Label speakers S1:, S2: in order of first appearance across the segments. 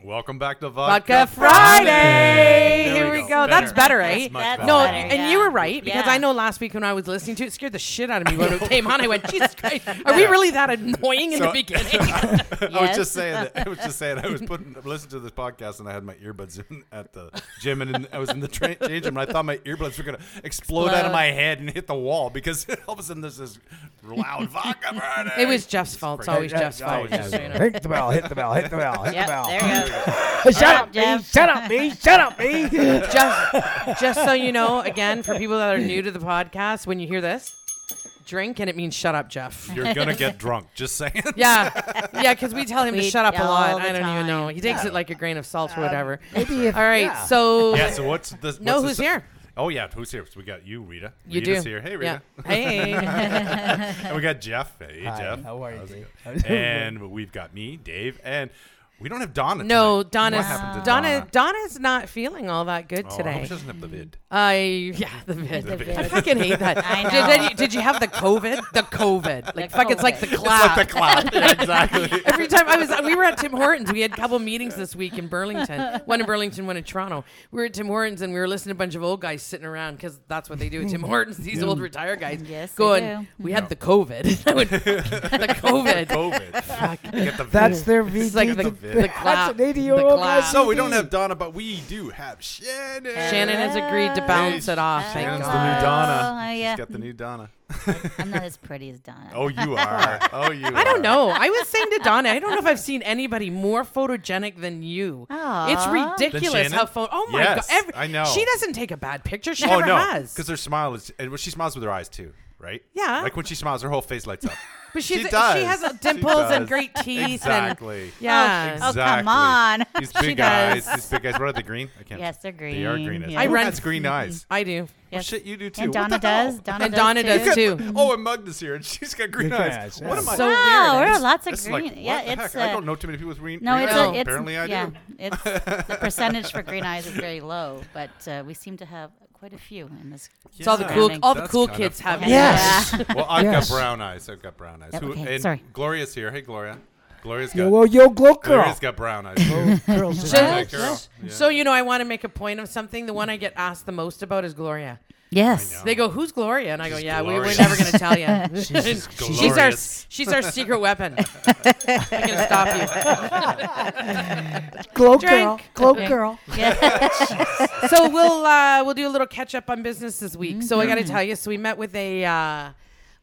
S1: Welcome back to Vodka,
S2: Vodka Friday.
S1: There
S2: Here
S1: we
S2: we
S1: go.
S2: go. That's
S1: Better.
S2: better, eh?
S1: That's much better.
S2: No,
S1: Better,
S2: and
S3: yeah.
S2: you were right because
S3: Yeah.
S2: I know last week when I was listening to it, it scared the shit out of me when it came on. I went, Jesus Christ, are we really that annoying in
S1: So-
S2: the beginning?
S1: I was
S3: Yes.
S1: just saying that. I was just saying. I was putting listening to this podcast, and I had my earbuds in at the gym, and in, I was in the tra- change room, and I thought my earbuds were gonna explode, out of
S2: Explode.
S1: my head and hit the wall because all of a sudden there's this loud vodka burning.
S2: it was Jeff's fault. It's always
S1: Yeah,
S2: Jeff's
S1: it's always
S2: fault. just
S1: Jeff's
S2: so you know.
S4: Hit the bell, hit the bell, hit the bell, hit the
S3: Yep,
S4: bell.
S3: there you go.
S4: shut
S3: Alright,
S4: up, me,
S3: Jeff.
S4: shut up, me, shut up, me.
S2: Just, just so you know, again, for people that are new to the podcast, when you hear this, drink and it means shut up, Jeff.
S1: You're gonna get drunk. Just saying.
S2: Yeah, yeah, because we tell him to
S3: We-
S2: shut up a
S3: all
S2: lot.
S3: the
S2: I don't even
S3: time. Uh,
S2: know. He takes it like a grain of salt or whatever.
S4: Maybe if,
S2: All right,
S4: yeah.
S2: so
S1: Yeah. So what's the? What's
S2: No,
S1: the
S2: who's
S1: su-
S2: here?
S1: Oh yeah, who's here? So we got you, Rita.
S2: you
S1: Rita's
S2: do.
S1: here. Hey,
S2: Yeah.
S1: Rita.
S2: Hey.
S1: and we got Jeff. Hey,
S4: Hi,
S1: Jeff.
S4: How are you?
S1: How's it
S4: Dave?
S1: going? and we've got me, Dave, and we don't have Donna. tonight.
S2: No,
S1: What
S2: Donna's
S1: happened to
S2: Donna Donna's not feeling all that good
S1: Oh, I hope
S2: today.
S1: she doesn't have the vid.
S2: I yeah, the vid.
S3: The
S2: I
S3: vid.
S2: fucking hate that.
S3: I
S2: Did, did
S3: know.
S2: you, did you have the COVID? The COVID. Like
S3: The
S2: fuck, it's like the clap.
S3: COVID.
S1: It's like the clap. Yeah, exactly.
S2: Every time I was, we were at Tim Hortons. We had a couple meetings this week in Burlington. One in Burlington, one in Toronto. We were at Tim Hortons and we were listening to a bunch of old guys sitting around because that's what they do at Tim Hortons. These old retired guys.
S3: Yes, they
S2: Going,
S3: do.
S2: we had the COVID. I would, the COVID.
S1: COVID. Get the
S4: That's their VD.
S2: It's like the,
S1: the
S2: the,
S1: vid.
S2: clap.
S4: an 80
S2: the
S4: year old
S2: clap.
S4: guy.
S1: So we don't have Donna, but we do have Shannon.
S2: Shannon has agreed to bounce it off. Thank
S1: Shannon's
S2: God.
S1: the new Donna.
S3: Oh, yeah.
S1: She's got the new Donna.
S3: I'm not as pretty as Donna.
S1: Oh, you are. Oh, you.
S2: I don't know. I was saying to Donna, I don't know if I've seen anybody more photogenic than you.
S3: Aw.
S2: It's ridiculous
S1: Shannon?
S2: how photo. Oh my
S1: Yes,
S2: god! Every-
S1: I know.
S2: She doesn't take a bad picture. She
S1: Oh
S2: never
S1: no,
S2: has.
S1: because her smile is, and when she smiles with her eyes too, right?
S2: Yeah.
S1: Like when she smiles, her whole face lights up.
S2: But she's,
S1: she does.
S2: She has
S1: She
S2: dimples and
S1: does.
S2: great teeth.
S1: Exactly.
S2: And, yeah.
S3: Oh,
S1: Exactly.
S3: come on.
S1: These big eyes.
S2: does.
S1: These big eyes. What are they green? I can't.
S3: Yes, they're
S1: They are
S3: green,
S1: green. eyes.
S3: yeah.
S2: I
S1: Who
S2: run-
S1: has green eyes.
S2: I do.
S1: Well,
S3: Yes.
S1: shit, you do too.
S3: And
S1: What
S3: Donna
S1: the hell?
S3: does. Donna
S2: And Donna
S3: does,
S2: does
S3: too.
S2: too.
S1: Oh, and Mugna's here, and she's got green,
S4: Green
S1: eyes.
S4: eyes, yeah.
S1: What am I?
S2: So
S3: wow,
S2: weird.
S3: we're
S2: It's-
S3: lots of
S1: It's
S3: green.
S1: like,
S3: yeah,
S1: what the
S3: it's
S1: heck? I
S3: uh,
S1: don't know too many people with green.
S3: No,
S1: green
S3: it's
S1: eyes.
S3: a, it's
S1: apparently I
S3: yeah,
S1: do.
S3: it's the percentage for green eyes is very low, but uh, we seem to have quite a few in this.
S2: It's all the cool, all the
S1: That's
S2: cool
S1: kind of
S2: kids have.
S3: funny.
S4: Yes.
S2: Yeah.
S1: Well, I've
S4: Yes.
S1: got brown eyes. I've got brown eyes.
S3: Yep, okay,
S1: and
S3: sorry.
S1: Gloria's here. Hey, Gloria. Gloria's got.
S4: Yo, yo, yo, glow girl.
S1: Gloria's got brown eyes. too.
S4: Girls is
S1: Yeah,
S2: Just-
S1: girl. Yeah.
S2: So you know, I want to make a point of something. The one I get asked the most about is Gloria.
S3: Yes.
S2: They go, "Who's Gloria?" And I go,
S1: She's
S2: "Yeah, we, we're
S1: glorious.
S2: never going to tell you.
S1: She's
S2: she's our
S1: glorious.
S2: she's our secret weapon. I'm going to stop
S4: glow
S2: Drink.
S4: girl. Glow girl.
S2: you. So we'll uh, we'll do a little catch up on business this week. So I got to
S1: Mm-hmm.
S2: tell you, so we met with a. Uh,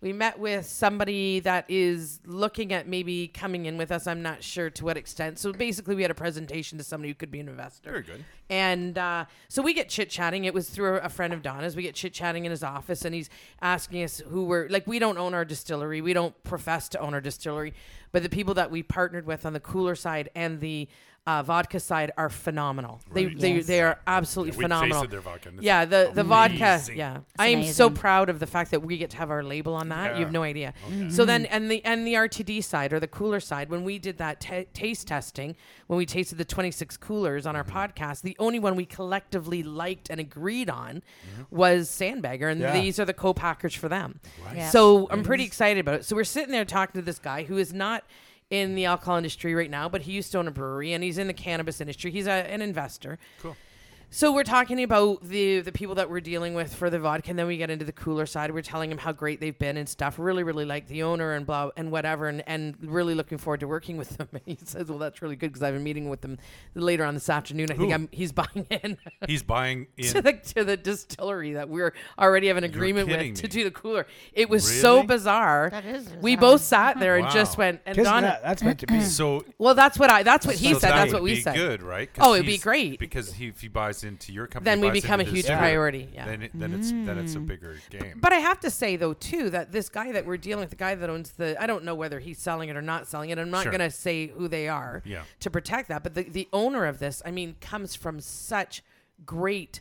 S2: we met with somebody that is looking at maybe coming in with us. I'm not sure to what extent. So basically, we had a presentation to somebody who could be an investor.
S1: Very good.
S2: And uh, so we get chit chatting. It was through a friend of Donna's. We get chit chatting in his office, and he's asking us who we're like. We don't own our distillery. We don't profess to own our distillery, but the people that we partnered with on the cooler side and the uh, vodka side are phenomenal.
S1: Right.
S2: They,
S3: Yes.
S2: they they are absolutely
S1: Yeah, we
S2: phenomenal.
S1: tasted their vodka, and it's
S2: Yeah, the the vodka.
S1: amazing.
S2: Yeah, I am so
S3: amazing.
S2: proud of the fact that we get to have our label on that. You
S1: Yeah.
S2: have no idea. So then, and the and the RTD side or the cooler side, when we did that ta taste testing, when we tasted the 26 coolers on our
S1: Mm-hmm.
S2: podcast, the only one we collectively liked and agreed on
S1: Mm-hmm.
S2: was Sandbagger, and
S4: Yeah.
S2: these are the co-packers for them.
S3: Yeah.
S2: So I'm pretty excited about it. So we're sitting there talking to this guy who is not in the alcohol industry right now, but he used to own a brewery and he's in the cannabis industry. He's a, an investor.
S1: Cool.
S2: So we're talking about the the people that we're dealing with for the vodka, and then we get into the cooler side. We're telling them how great they've been and stuff. Really, really like the owner and blah and whatever, and, and really looking forward to working with them. And he says, "Well, that's really good because I have a meeting with them later on this afternoon. I
S1: Who?
S2: think I'm, he's buying in
S1: He's buying in.
S2: to the to the distillery that we're already have an agreement with
S1: kidding
S2: to
S1: me.
S2: do the cooler. It was so
S1: Really?
S2: bizarre.
S3: That is
S2: We
S3: bizarre.
S2: both sat there and just
S1: Wow.
S2: went and
S4: Isn't
S2: Donna.
S4: that? That's meant to be.
S1: so
S2: Well, that's what I. That's what he
S1: so
S2: said.
S1: that
S2: That's
S1: would
S2: what we
S1: be
S2: said.
S1: Good, right? 'Cause
S2: Oh, it'd be
S1: he's-
S2: great.
S1: because he, if he buys into your company,
S2: Then
S1: he
S2: we
S1: buys
S2: become
S1: into
S2: a
S1: this
S2: huge
S1: too.
S2: priority, yeah.
S1: Then, it, then it's then it's a
S3: Mm.
S1: bigger game.
S2: But I have to say though too that this guy that we're dealing with, the guy that owns the, I don't know whether he's selling it or not selling it. I'm not
S1: Sure.
S2: gonna say who they are
S1: Yeah.
S2: to protect that. But the, the owner of this, I mean, comes from such great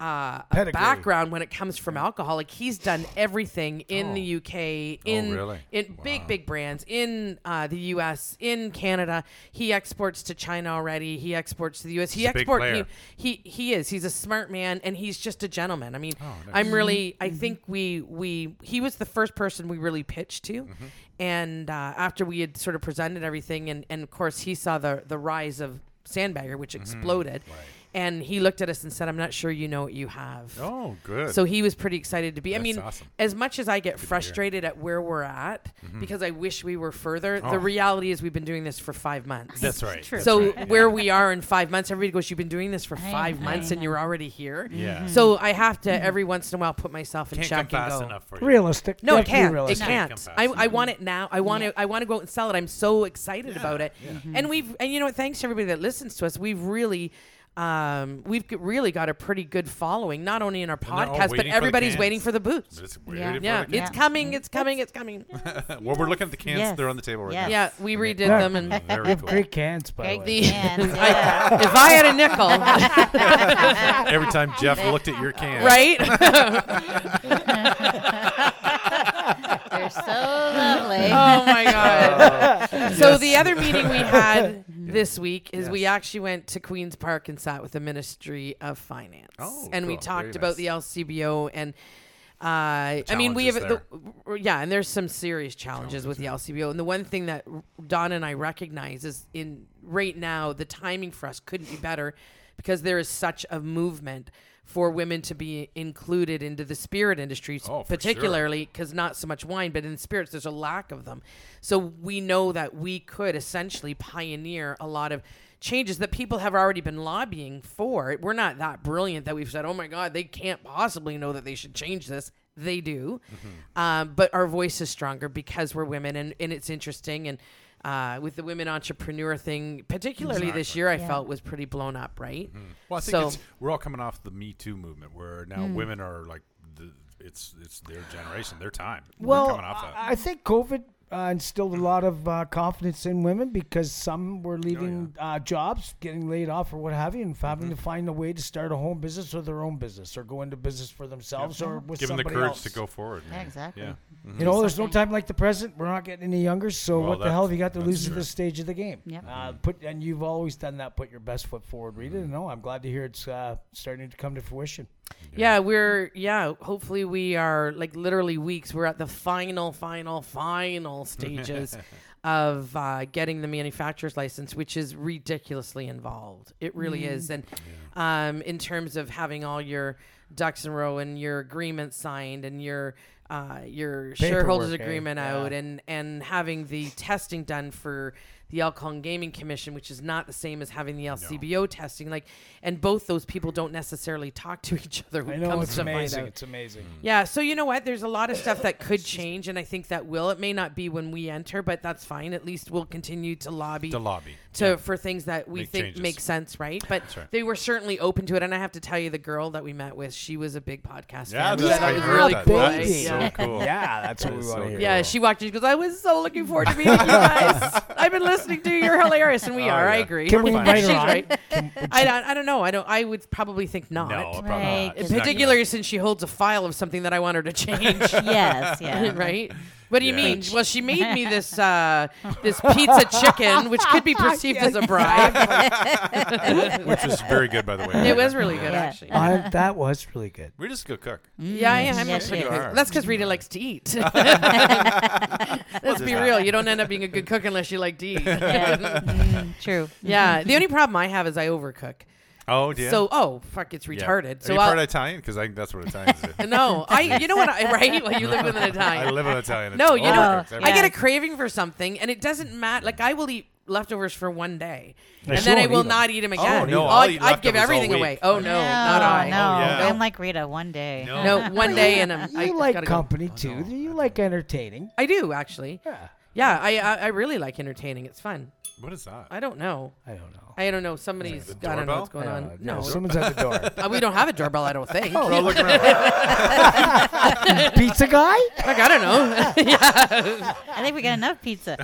S2: uh, a
S4: Pedigree.
S2: background when it comes from alcohol. Like he's done everything in the UK, in
S1: Oh. really?
S2: in big big brands, in uh, the US, in Canada. He exports to China already. He exports to the US. He
S1: He's a big
S2: export. he-
S1: player.
S2: he he is he's a smart man and he's just a gentleman i mean
S1: Oh,
S2: i'm really i think we we he was the first person we really pitched to
S1: Mm-hmm.
S2: and uh, after we had sort of presented everything and and of course he saw the the rise of sandbagger, which exploded.
S1: Mm-hmm. right.
S2: And he looked at us and said, I'm not sure you know what you have.
S1: Oh, good.
S2: So he was pretty excited to be. I mean,
S1: awesome.
S2: as much as I get frustrated at where we're at because I wish we were further,
S1: Mm-hmm. Oh.
S2: the reality is we've been doing this for five months.
S1: that's right.
S3: True.
S1: that's
S2: so
S1: right, yeah.
S2: where we are in five months, everybody goes, "You've been doing this for
S3: I
S2: five
S3: know.
S2: months, and you're already here."
S1: Yeah.
S2: So I have to every once in a while put myself in
S1: can't come
S2: check and
S1: fast
S2: go.
S1: enough for you.
S4: Realistic.
S2: No,
S4: You
S2: it
S4: have to be
S2: can't. It
S4: realistic.
S1: can't
S2: can't.
S1: come fast
S2: I, I
S1: enough.
S2: want it now. I want to. I want to go out and sell it. I'm so excited about it. And we've and you know what? Thanks to everybody that listens to us. We've really. Um, we've g- really got a pretty good following, not only in our
S1: they're all
S2: podcast, but
S1: waiting for the
S2: everybody's
S1: cans.
S2: waiting for the boots.
S1: But it's weird
S3: Yeah.
S1: if we're
S2: Yeah,
S1: looking-
S2: it's
S3: Yeah.
S2: coming, it's coming, it's coming.
S1: well, we're looking at the cans.
S3: Yes.
S1: They're on the table right
S3: Yes.
S2: Yeah, we redid
S4: Yeah.
S2: them, and
S1: now.
S2: I,
S4: We
S1: Very
S4: have
S1: cool.
S4: great cans, by the
S3: Great
S4: way.
S3: cans, yeah.
S2: if I had a nickel,
S1: Every time Jeff looked at your can,
S2: right?
S3: They're so lovely.
S2: Oh my god!
S1: Oh.
S2: so the other meeting we had this week is we actually went to Queens Park and sat with the Ministry of Finance,
S1: Oh,
S2: and we
S1: cool. Very
S2: talked about the LCBO and. Uh, I mean, we have
S1: challenges
S2: the- yeah, and there's some serious challenges, with the LCBO. And the one thing that Don and I recognize is in right now the timing for us couldn't be better because there is such a movement for women to be included into the spirit industry,
S1: Oh, for sure.
S2: particularly particularly because not so much wine, but in spirits, there's a lack of them. So we know that we could essentially pioneer a lot of changes that people have already been lobbying for. We're not that brilliant that we've said, oh my God, they can't possibly know that they should change this. They do. Um, but our voice is stronger because we're women, and, and it's interesting. And uh, with the women entrepreneur thing, particularly this year, I felt was pretty blown up, right?
S1: Well, I think
S2: So-
S1: it's, we're all coming off the Me Too movement, where now
S3: Mm.
S1: women are like, the, it's it's their generation, their time. We're
S4: Well,
S1: coming off that.
S4: I I think COVID uh, instilled a lot of uh, confidence in women because some
S1: Oh,
S4: were leaving uh, jobs, getting laid off, or what have you, and having
S1: Mm-hmm.
S4: to find a way to start a home business or their own business, or go into business for themselves, or with
S1: Give them the
S4: somebody
S1: courage
S4: else.
S1: to go forward.
S3: Yeah, exactly.
S1: Yeah.
S4: You know, there's no time like the present. We're not getting any younger, so
S1: Well,
S4: what the
S1: that's-
S4: hell have you got to
S1: that's
S4: lose
S1: true. Mm-hmm.
S4: at this stage of the game?
S3: Yep.
S4: Uh, put and you've always done that. Put your best foot forward, Rita. And No, I'm glad to hear it's uh, starting to come to fruition.
S2: Yeah, we're yeah. Hopefully, we are like literally weeks. We're at the final, final, final stages of uh, getting the manufacturer's license, which is ridiculously involved. It really
S4: Mm.
S2: is, and um, in terms of having all your ducks in a row and your agreement signed and your uh, your shareholders
S4: Paperwork, eh?
S2: agreement
S4: Yeah.
S2: out and and having the testing done for the alcohol and gaming commission which is not the same as having the lcbo testing like and both those people don't necessarily talk to each other
S4: I
S2: it
S4: know
S2: comes
S4: it's
S2: to find
S4: amazing.
S2: out.
S4: It's amazing.
S1: Mm.
S2: Yeah, so you know what? There's a lot of stuff that could change, and I think that will. It may not be when we enter, but that's fine. At least we'll continue to lobby
S1: The lobby.
S2: to for things that we
S1: Make
S2: think
S1: changes.
S2: make sense, right? But
S1: right.
S2: they were certainly open to it, and I have to tell you, the girl that we met with, she was a big podcast
S1: Yeah,
S2: fan.
S1: that's
S2: so
S4: I
S2: that was
S4: heard
S2: really
S4: that.
S2: cool.
S4: That's
S2: right?
S1: so
S2: yeah.
S1: cool.
S4: Yeah, that's what we
S1: It's
S4: want
S1: so
S4: to hear.
S2: Yeah, she walked in. She goes, "I was so looking forward to meeting you guys. I've been listening to you. You're hilarious, and we
S1: Oh,
S2: are. I
S1: yeah.
S2: agree.
S4: Can we
S2: She's
S4: invite her on?
S2: right. I don't. I don't know. I don't. I would probably think not.
S1: No, probably
S3: Right,
S1: not.
S3: In
S2: In
S1: It's not gonna-
S2: particular, since she holds a file of something that I want her to change.
S3: yes, yeah.
S2: right? What do you
S1: Yeah.
S2: mean? Well, she made me this uh, this pizza chicken, which could be perceived as a bribe.
S1: which was very good, by the way.
S2: It was really Mm-hmm. good,
S3: Yeah.
S2: actually.
S4: I, that was really good.
S1: We're just a good cook.
S2: Yeah, I am.
S3: Yes,
S2: a pretty
S3: you
S2: good-
S1: are.
S2: That's because Rita likes to eat. Let's be real. You don't end up being a good cook unless you like to eat.
S3: Yeah. Mm, true.
S2: Yeah.
S4: Mm-hmm.
S2: The only problem I have is I overcook.
S1: Oh, dear.
S2: So, oh fuck, it's
S1: Yeah.
S2: retarded.
S1: Are
S2: So
S1: you part
S2: I
S1: Italian? Because I think that's what Italians do.
S2: no, I. You know what? I, right? Well, you live with an
S1: I
S2: Italian.
S1: live on Italian.
S2: No,
S1: It's
S2: you
S1: all
S2: know,
S1: cooks.
S3: yeah.
S2: I
S1: Everything.
S2: get a craving for something, and it doesn't matter. Like I will eat leftovers for one day, and
S4: still
S2: then I
S4: won't
S2: will
S4: eat 'em.
S2: not eat them again.
S1: Oh, no, I'll
S2: I'd,
S1: eat
S2: I'd give
S1: leftovers all
S2: everything
S1: week.
S2: away. Oh no, not I.
S3: No,
S1: yeah.
S3: I'm like Rita one day.
S1: No.
S2: No, one day, and I'm,
S4: you
S2: I
S4: like
S2: gotta go.
S4: company
S1: Oh,
S4: too. You like entertaining.
S2: I do actually.
S4: Yeah.
S2: Yeah, I, I I really like entertaining. It's fun.
S1: What is that?
S2: I don't know.
S4: I don't know. Uh,
S2: I don't know. Somebody's I don't know what's
S1: doorbell?
S2: going on. No,
S4: someone's at the door.
S2: Uh, we don't have a doorbell. I don't think.
S1: Oh, look around.
S4: Pizza guy?
S2: Like I don't know.
S3: I think we got enough pizza.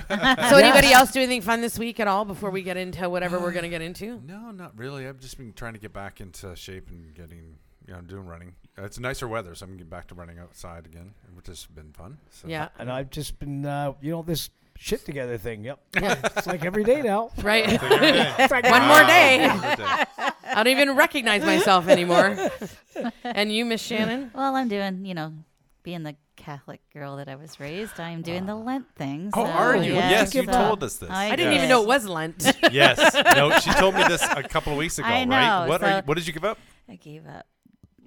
S2: so anybody else do anything fun this week at all before we get into whatever we're gonna get into?
S1: No, not really. I've just been trying to get back into shape and getting, you know, I'm doing running. Uh, It's nicer weather, so I'm getting back to running outside again, which has been fun. So.
S2: Yeah.
S4: And I've just been, uh, you know, this shit together thing. Yep. it's like every day now.
S2: Right.
S4: It's like
S2: One more
S1: Wow.
S2: day.
S1: One more Oh, day.
S2: I don't even recognize myself anymore. and you, Miss Shannon?
S3: well, I'm doing, you know, being the Catholic girl that I was raised, I am doing the Lent thing.
S1: Oh,
S3: so,
S1: are you? Yes, you
S3: so
S1: told us this.
S2: I didn't even know it was Lent.
S1: Yes. No, she told me this a couple of weeks ago, right?
S3: I know,
S1: What are
S3: so-
S1: you, what did you give up?
S3: I gave up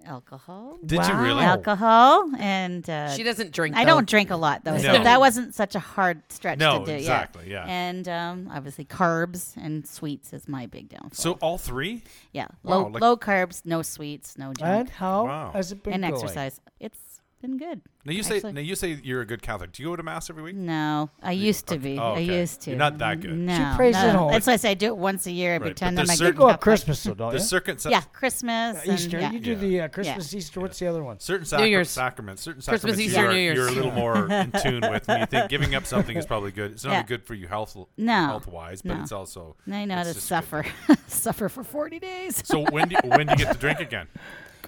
S3: alcohol.
S1: Did you
S4: Wow.
S1: really?
S4: Al-
S3: Alcohol and uh,
S2: she doesn't drink.
S3: I
S2: though.
S3: don't drink a lot though, so
S1: No.
S3: that wasn't such a hard stretch
S1: No,
S3: to do.
S1: exactly, yeah.
S3: And um, obviously carbs and sweets is my big downfall.
S1: So all three?
S3: yeah,
S1: Wow,
S3: low
S1: like-
S3: low carbs, no sweets, no junk,
S4: And how
S1: Wow.
S4: has it been
S3: and
S4: going?
S3: exercise. It's been good.
S1: Now you say
S3: Actually-
S1: now you say you're a good Catholic. Do you go to mass every week?
S3: No, I used to be.
S1: Oh, okay.
S3: I used to.
S1: You're not that good. She
S3: No,
S4: prays
S3: no.
S4: at home.
S3: That's why I say I do it once a year. I
S1: but
S3: pretend
S1: there's
S3: I'm a
S1: certain-
S3: good
S4: You go
S3: Catholic.
S4: at Christmas though, don't you?
S1: There's certain sa-
S3: Yeah, Christmas. and-
S4: Easter.
S3: yeah.
S4: You do
S1: Yeah.
S4: the uh, Christmas, Easter. What's the other one?
S1: certain
S2: New
S1: sacra-
S2: Year's.
S1: sacraments, certain
S2: Christmas,
S1: sacraments
S2: Easter,
S1: you are,
S2: New Year's.
S1: you're a little more in tune with. And you think giving up something is probably good. It's not
S3: Yeah.
S1: only good for you health
S3: No.
S1: health wise, but
S3: No.
S1: it's also
S3: I know how
S1: it's
S3: to
S1: just good.
S3: suffer, suffer for forty days.
S1: So when do you, when do you get to drink again?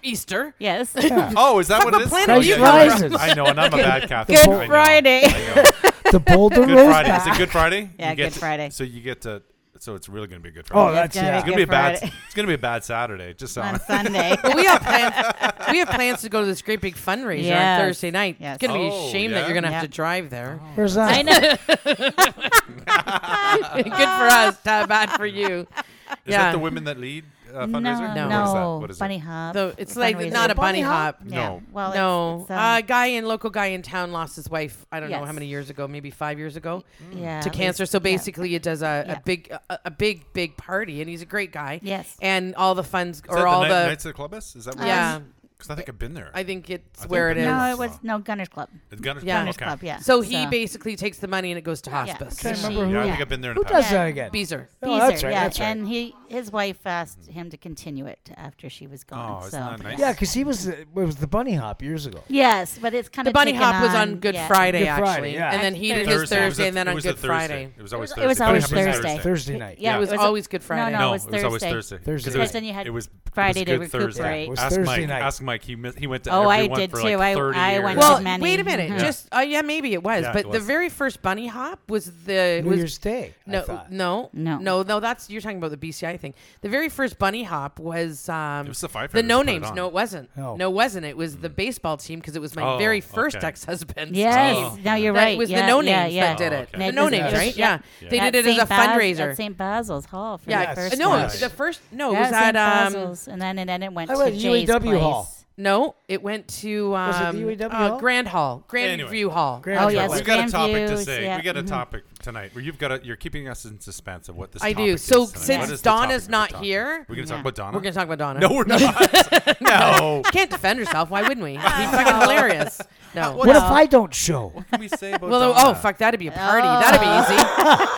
S2: Easter.
S3: yes,
S1: Oh, is that what
S2: what
S1: it is?
S2: planet
S1: oh,
S4: you
S1: you're
S4: come
S1: right.
S4: from.
S1: I know, and I'm a bad Catholic.
S3: Good
S1: I know.
S3: Friday.
S1: I know.
S4: the Boulder
S1: Good
S4: Road
S1: Friday. Is
S4: Bash.
S1: it Good Friday?
S3: Yeah,
S1: You get
S3: Good
S1: to-
S3: Friday.
S1: So you get to. So it's really going to be a good
S4: Oh,
S1: Friday.
S4: that's
S3: gotta
S4: yeah.
S1: it's
S3: be
S1: going to be a
S3: Good
S1: bad.
S3: Friday.
S1: It's going to be a bad Saturday. Just so
S3: on Sunday.
S2: But we have plans. we have plans to go to this great big fundraiser
S3: Yes.
S2: on Thursday night.
S3: Yes.
S2: It's gonna be
S1: Oh,
S2: a shame
S1: yeah?
S2: that you're gonna have to
S3: Yeah.
S2: drive there.
S4: Where's that?
S3: I know. Oh.
S2: Good for us, not bad for you.
S1: Is
S2: yeah.
S1: that the women that lead uh,
S3: no,
S1: fundraiser? What
S3: no,
S1: is that? What is
S3: bunny
S1: it?
S3: hop.
S2: So it's like
S3: fundraiser.
S2: not a bunny hop.
S1: No.
S3: Well, it's-
S2: no,
S3: it's,
S2: a
S3: um,
S2: guy in local guy in town lost his wife. I don't know how
S3: Yes.
S2: many years ago, maybe five years ago,
S3: yeah,
S2: to
S3: we-
S2: cancer. So
S3: yeah.
S2: basically, it does a,
S3: Yeah.
S2: a big a, a big big party, and he's a great guy.
S3: Yes.
S2: and all the funds
S1: Is that
S2: or all
S1: the,
S2: the,
S1: Night- Knights of the Club is? Is that what
S2: yeah.
S1: Because I think I've been there.
S2: I think it's
S1: I think
S2: where it
S1: the
S2: is.
S1: Night-
S3: No,
S1: is.
S3: it was no Gunners Club.
S1: It's Gunners
S2: Yeah.
S1: Club.
S3: Gunners
S1: Okay.
S3: Club. Yeah.
S2: So he basically takes the money and it goes to hospice.
S4: Can't
S3: She-
S4: remember who-
S1: Yeah, I
S3: yeah.
S1: think I've been there in
S4: Who
S1: the past.
S4: does that again?
S2: Beezer.
S4: Oh,
S3: Beezer,
S4: that's right.
S3: yeah,
S4: That's right.
S3: and he his wife asked him to continue it after she was gone.
S1: Oh, isn't
S3: so
S1: that nice?
S4: Yeah, because he was the, it was the bunny hop years ago.
S3: yes, but it's kind
S2: The
S3: of
S2: bunny hop was on Good Friday,
S4: Good Friday,
S2: actually,
S4: yeah.
S2: and then he did
S1: Thursday. It
S2: his
S1: was a-
S2: Thursday, and then
S1: it
S2: on
S1: was a
S2: Good
S1: Thursday.
S2: Friday.
S1: It was always
S3: It
S1: Thursday.
S3: was
S1: Bunny
S3: always
S1: Hop was
S3: Thursday.
S4: Thursday night.
S3: Yeah,
S2: It was
S3: it was a-
S2: always Good Friday.
S3: No,
S1: No,
S3: it
S1: it
S3: was
S1: always
S3: Thursday.
S1: Thursday. 'Cause
S4: Thursday.
S1: it was-
S3: Because then you had
S1: it was it was
S3: Friday to
S1: good
S3: recuperate.
S1: Thursday.
S3: It
S4: was
S1: Ask
S4: Thursday
S1: Mike.
S4: night.
S1: Ask Mike. He mi- he went to
S3: Oh,
S1: every
S3: I
S1: one
S3: did
S1: for
S3: too.
S1: like
S3: I-
S1: 30
S3: I
S1: years.
S3: went to
S2: Well,
S3: many.
S2: wait a minute.
S3: Yeah.
S2: Just uh, yeah, maybe it was,
S1: Yeah,
S2: but
S1: it
S2: the
S1: was.
S2: very first bunny hop was the
S4: New
S2: was
S4: Year's Day. I
S2: no
S4: thought.
S2: no
S3: No.
S2: no no. That's you're talking about the BCI thing. The very first bunny hop was um
S1: It was the firefighters
S2: the
S1: that
S2: no
S1: put it
S2: names.
S1: on. Mm.
S2: No, it wasn't.
S3: Oh.
S4: No.
S2: it wasn't. It was the baseball team because it was my
S1: Oh,
S2: very first
S1: okay.
S2: ex husband.
S3: Yes.
S1: Oh.
S3: Now you're
S2: That
S3: right.
S2: was
S3: yeah,
S2: the no names
S3: yeah, yeah.
S2: that did
S1: Oh,
S2: it.
S1: okay.
S2: The
S1: Maybe
S2: no
S3: it
S2: names,
S3: was-
S2: right?
S3: yeah.
S2: Yeah. They
S3: At
S2: did it as
S3: St.
S2: a
S3: Bas-
S2: fundraiser.
S3: at St. Basil's Hall. For
S2: yeah.
S3: the
S4: Yes,
S2: uh,
S3: first
S2: no,
S3: one.
S2: it was the first no, it
S3: Yeah,
S2: was
S3: St.
S2: at um
S3: Basil's, and then and then it went
S4: I
S3: to
S4: went to
S3: Jay's
S4: UAW
S3: place.
S4: Hall.
S2: no, it went to um
S4: Was it the UAW
S2: uh,
S4: Hall?
S2: Grand Hall. Grand
S1: Anyway.
S2: View Hall.
S4: Grand
S3: Oh
S4: Hall.
S3: yes,
S1: We've got a
S3: Grand
S1: topic to
S3: Views,
S1: say.
S3: yeah.
S1: We got a
S3: Mhm.
S1: topic tonight where you've got a, you're keeping us in suspense of what this
S2: I
S1: topic
S2: do.
S1: is
S2: So
S1: tonight.
S2: since
S1: What is the
S2: Donna's
S1: topic of the
S2: not
S1: topic?
S2: here-
S1: we're going to talk
S3: Yeah.
S1: about Donna.
S2: We're gonna talk about Donna.
S1: No, we're not. no.
S2: can't defend herself. Why wouldn't we? He's fucking hilarious. No.
S4: What if I don't show?
S1: What can we say about
S2: well,
S1: Donna?
S2: oh fuck, that'd be a party. That'd be easy.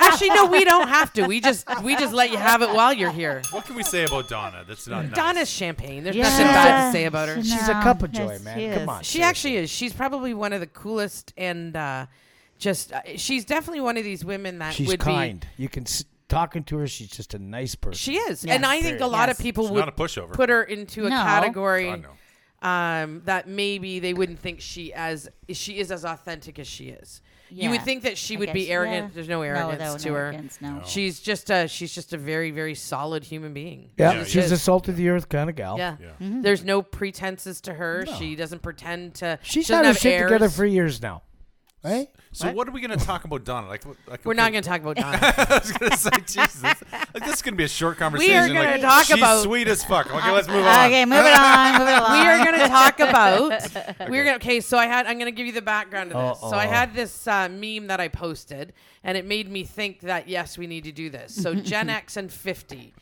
S2: Actually, no, we don't have to. We just we just let you have it while you're here.
S1: What can we say about Donna? That's not nice?
S2: Donna's champagne. There's
S3: Yeah.
S2: nothing bad to say about her.
S4: She's a
S3: No,
S4: cup of joy,
S3: yes,
S4: man.
S3: she
S4: Come
S3: is.
S4: on.
S2: She actually is. She's probably one of the coolest and uh, just uh, she's definitely one of these women that
S4: She's
S2: would
S4: kind.
S2: be.
S4: You can s- talking to her. She's just a nice person.
S2: She is,
S3: Yes.
S2: and I think a lot
S3: Yes.
S2: of people
S1: She's
S2: would
S1: not a pushover. Oh,
S2: put her into a
S3: No.
S2: category
S1: God, no.
S2: um, that maybe they wouldn't think she as she is as authentic as she is. You would
S3: Yeah.
S2: think that she
S3: I
S2: would be
S3: guess,
S2: arrogant.
S3: yeah.
S2: There's no
S3: No,
S2: arrogance
S3: no,
S2: to
S3: no
S2: her.
S3: arrogance, no. No.
S2: She's just a she's just a very very solid human being.
S4: Yeah,
S1: Yeah,
S4: she's
S2: yeah.
S4: a salt of the earth kind of gal.
S2: Yeah.
S1: Yeah.
S3: Mm-hmm.
S2: There's no pretenses to her. She doesn't pretend to.
S4: She's
S2: she doesn't
S4: had her
S2: have
S4: shit together
S2: airs.
S4: for years now, right?
S1: So what are we going to talk about Donna? Like, what- like
S2: We're not going to talk about Donna.
S1: I was going to say Jesus. Like, this is going to be a short conversation.
S2: gonna
S1: like,
S2: talk
S1: she's
S2: about-
S1: sweet as fuck. Okay, let's move on.
S3: Okay, moving on. Moving
S2: we
S3: on.
S2: are going to talk about. We're going to. Okay, so I had. I'm going to give you the background to this. So I
S4: Uh-oh.
S2: had this uh, meme that I posted, and it made me think that yes, we need to do this. So Gen X and 50.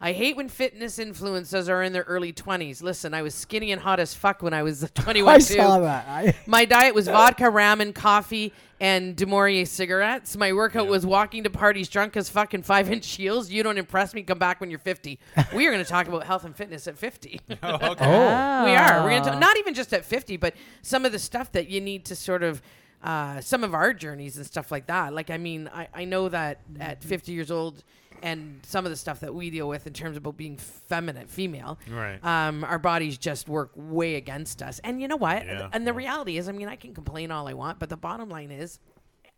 S2: I hate when fitness influencers are in their early 20s. Listen, I was skinny and hot as fuck when I was 21
S4: I
S2: too.
S4: saw that. I,
S2: My diet was vodka, ramen, coffee, and Du Maurier cigarettes. My workout was walking to parties drunk as fucking five inch heels. You don't impress me. Come back when you're 50. we are going to talk about health and fitness at 50. we
S1: Oh, okay.
S4: oh,
S2: are. We're going to not even just at 50, but some of the stuff that you need to sort of. Uh, some of our journeys and stuff like that. Like, I mean, I, I know that at 50 years old and some of the stuff that we deal with in terms about being feminine, female,
S1: Right.
S2: um, our bodies just work way against us. And you know what?
S1: Yeah.
S2: And the reality is, I mean, I can complain all I want, but the bottom line is,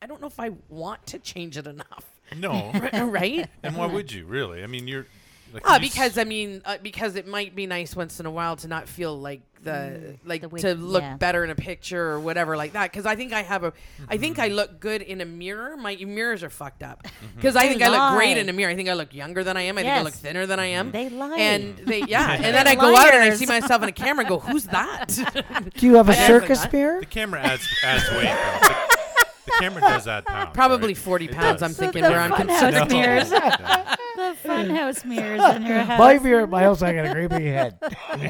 S2: I don't know if I want to change it enough.
S1: No.
S2: right?
S1: And why would you really? I mean, you're
S5: Like,
S2: Ah,
S5: you s-
S2: because I mean, uh, because it might be nice once in a while to not feel like the like
S3: Mm. the wig-
S2: to look
S3: yeah.
S2: better in a picture or whatever like that. Because I think I have a, I think
S1: Mm-hmm.
S2: I look good in a mirror. My mirrors are fucked up. Because I
S3: They
S2: think I look great
S3: lie.
S2: in a mirror. I think I look younger than I am. I think I look
S3: Yes.
S2: thinner than I am.
S3: They lie.
S2: And they yeah, and then I go out and I see
S3: Liars.
S2: myself in a camera. and Go, who's that?
S4: Do you have a
S2: Yeah,
S4: circus
S2: like that.
S4: beer?
S1: The camera adds, adds weight. Though. The, the camera does add pounds.
S2: Probably
S1: right?
S2: forty
S1: It
S2: pounds.
S1: does.
S2: I'm
S3: So
S2: thinking
S3: the
S2: we're on
S3: fun
S2: consensus.
S3: house mirrors.
S1: Yeah.
S3: the funhouse mirrors in your house.
S4: My beer at my house, I got a great big head.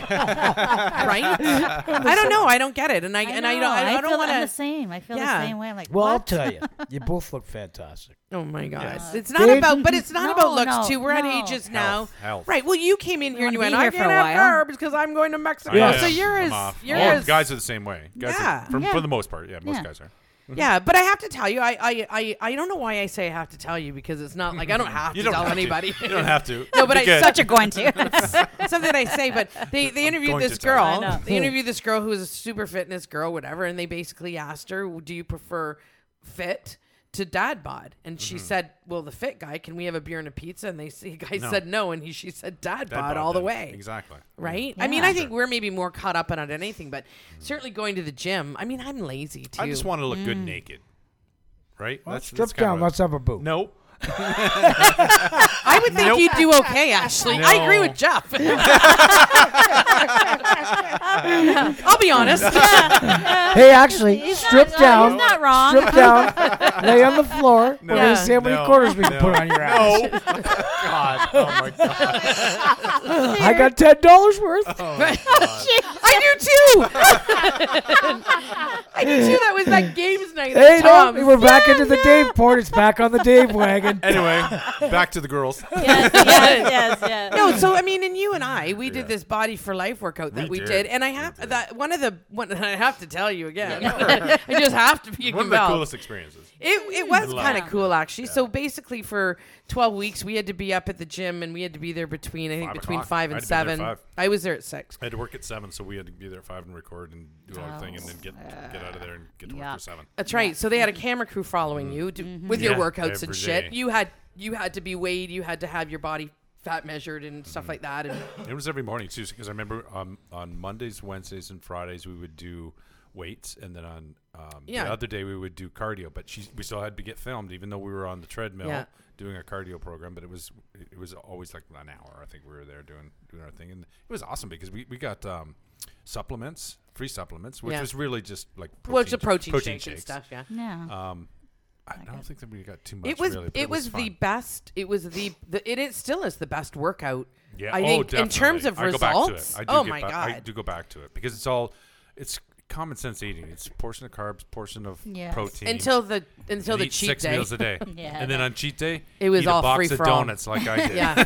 S2: right? I don't know. I don't get it, and I, and I don't.
S3: know,
S2: I, don't
S3: feel-
S2: want
S3: I'm the
S2: to.
S3: same. I feel
S2: Yeah.
S3: the same way. I'm like,
S4: Well, I'll
S3: what?
S4: tell you, you both look fantastic.
S2: Oh my gosh.
S1: Yes.
S2: It's not
S4: They-
S2: about but it's not
S3: No,
S2: about looks
S3: no,
S2: too. We're
S3: no.
S2: at ages now.
S1: Health, health.
S2: Right. Well you came in here and you
S3: wanna
S2: went,
S3: be
S2: I
S3: here for
S2: can't
S3: a
S2: have
S3: while."
S2: carbs because I'm going to Mexico.
S1: I am.
S2: So yours
S1: I'm off.
S2: yours
S1: All guys are the same way. Guys
S2: Yeah.
S1: are, for,
S3: Yeah.
S1: for the most part, yeah, most
S3: Yeah.
S1: guys are.
S2: Yeah, but I have to tell you, I, I I I don't know why I say I have to tell you because it's not like I don't have
S1: You
S2: to
S1: don't
S2: tell
S1: have to.
S2: anybody.
S1: You don't have to.
S2: No, but I
S1: Because-
S2: such
S3: But you're going to.
S2: something I say, but they, they interviewed
S1: going
S2: this
S1: to tell
S3: you. I
S2: girl.
S3: know.
S2: They interviewed this girl who was a super fitness girl, whatever, and they basically asked her, "Do you prefer fit to dad bod?" And
S1: Mm-hmm.
S2: she said, "Well, the fit guy. Can we have a beer and a pizza?" And they the guy
S1: No.
S2: said no, and he she said
S1: Dead
S2: dad, bod
S1: bod
S2: all the
S1: then.
S2: way.
S1: Exactly.
S2: Right? I mean,
S3: Yeah.
S2: I think we're maybe more caught up on it than anything, but certainly going to the gym. I mean, I'm lazy too.
S1: Mm. I just want to look good naked. Right?
S4: Well,
S1: That's
S4: strip
S1: that's kinda
S4: down.
S1: what-
S4: Let's have a boot.
S1: No.
S2: I would think
S1: Nope.
S2: you'd do okay, Ashley. I agree with Jeff. I'll be honest.
S4: Hey, actually,
S3: He's
S4: strip
S3: not,
S4: down.
S3: He's not wrong.
S4: Strip down. lay on the floor. We're
S2: Yeah.
S4: gonna see how many
S1: No.
S4: quarters we can
S1: No.
S4: put on your ass.
S1: No. God. Oh my God.
S4: I got ten dollars worth.
S2: I do too. I do too. That was that games night. at
S4: Hey, no,
S2: Tom's.
S4: we're back into the Dave port. It's back on the Dave wagon.
S1: Anyway, back to the girls.
S3: yes, yes, yes, yes.
S2: no, so I mean, and you and I, we did
S1: Yeah.
S2: this body for life workout that we,
S1: We
S2: did.
S1: did.
S2: and I have that one of the one. I have to tell you again. I just have to be
S1: One of the
S2: compelled.
S1: coolest experiences.
S2: It, it was
S1: Love
S2: kind of
S3: it.
S2: cool actually. So basically, for twelve weeks, we had to be up at the gym, and we had to be there between I think
S1: Five
S2: between
S1: o'clock.
S2: five
S1: I
S2: and
S1: had to be there
S2: seven.
S1: five.
S2: I was there at six.
S1: I had to work at seven, so we had to be there at five and record and do our thing, and then get get out of there and get to
S3: Yeah.
S1: work for seven.
S2: That's right. So they had a camera crew following you to, with your
S1: Mm-hmm. Yeah,
S2: workouts and
S1: every
S2: shit.
S1: day.
S2: You had you had to be weighed. You had to have your body fat measured and stuff
S1: Mm-hmm.
S2: like that. And
S1: It was every morning too, because I remember on on Mondays, Wednesdays, and Fridays we would do weights, and then on um,
S2: Yeah.
S1: the other day we would do cardio. But she, we still had to get filmed, even though we were on the treadmill
S2: Yeah.
S1: doing our cardio program. But it was it was always like an hour. I think we were there doing doing our thing, and it was awesome because we we got um, supplements, free supplements, which
S2: Yeah.
S1: was really just like protein,
S2: well, it's a protein,
S1: protein
S2: shake and
S1: shakes.
S2: stuff. Yeah.
S3: Yeah.
S1: Um, I don't think that we got too much.
S2: It was
S1: really, but
S2: it was the
S1: fun.
S2: best. It was the, the it is still is the best workout.
S1: Yeah,
S2: I
S1: oh,
S2: think in
S1: definitely.
S2: terms of
S1: I Go back
S2: results.
S1: to it. I do
S2: Oh
S1: get
S2: my
S1: back,
S2: god.
S1: I do go back to it because it's all it's common sense eating. It's portion of carbs, portion of
S3: Yes.
S1: protein.
S2: until the until
S1: and
S2: the
S1: eat
S2: cheat
S1: six
S2: day.
S1: meals a day,
S3: Yeah,
S1: and then
S3: that-
S1: on cheat day,
S2: It was
S1: eat
S2: all
S1: a box
S2: free
S1: of
S2: for all.
S1: donuts like I did.
S2: Yeah.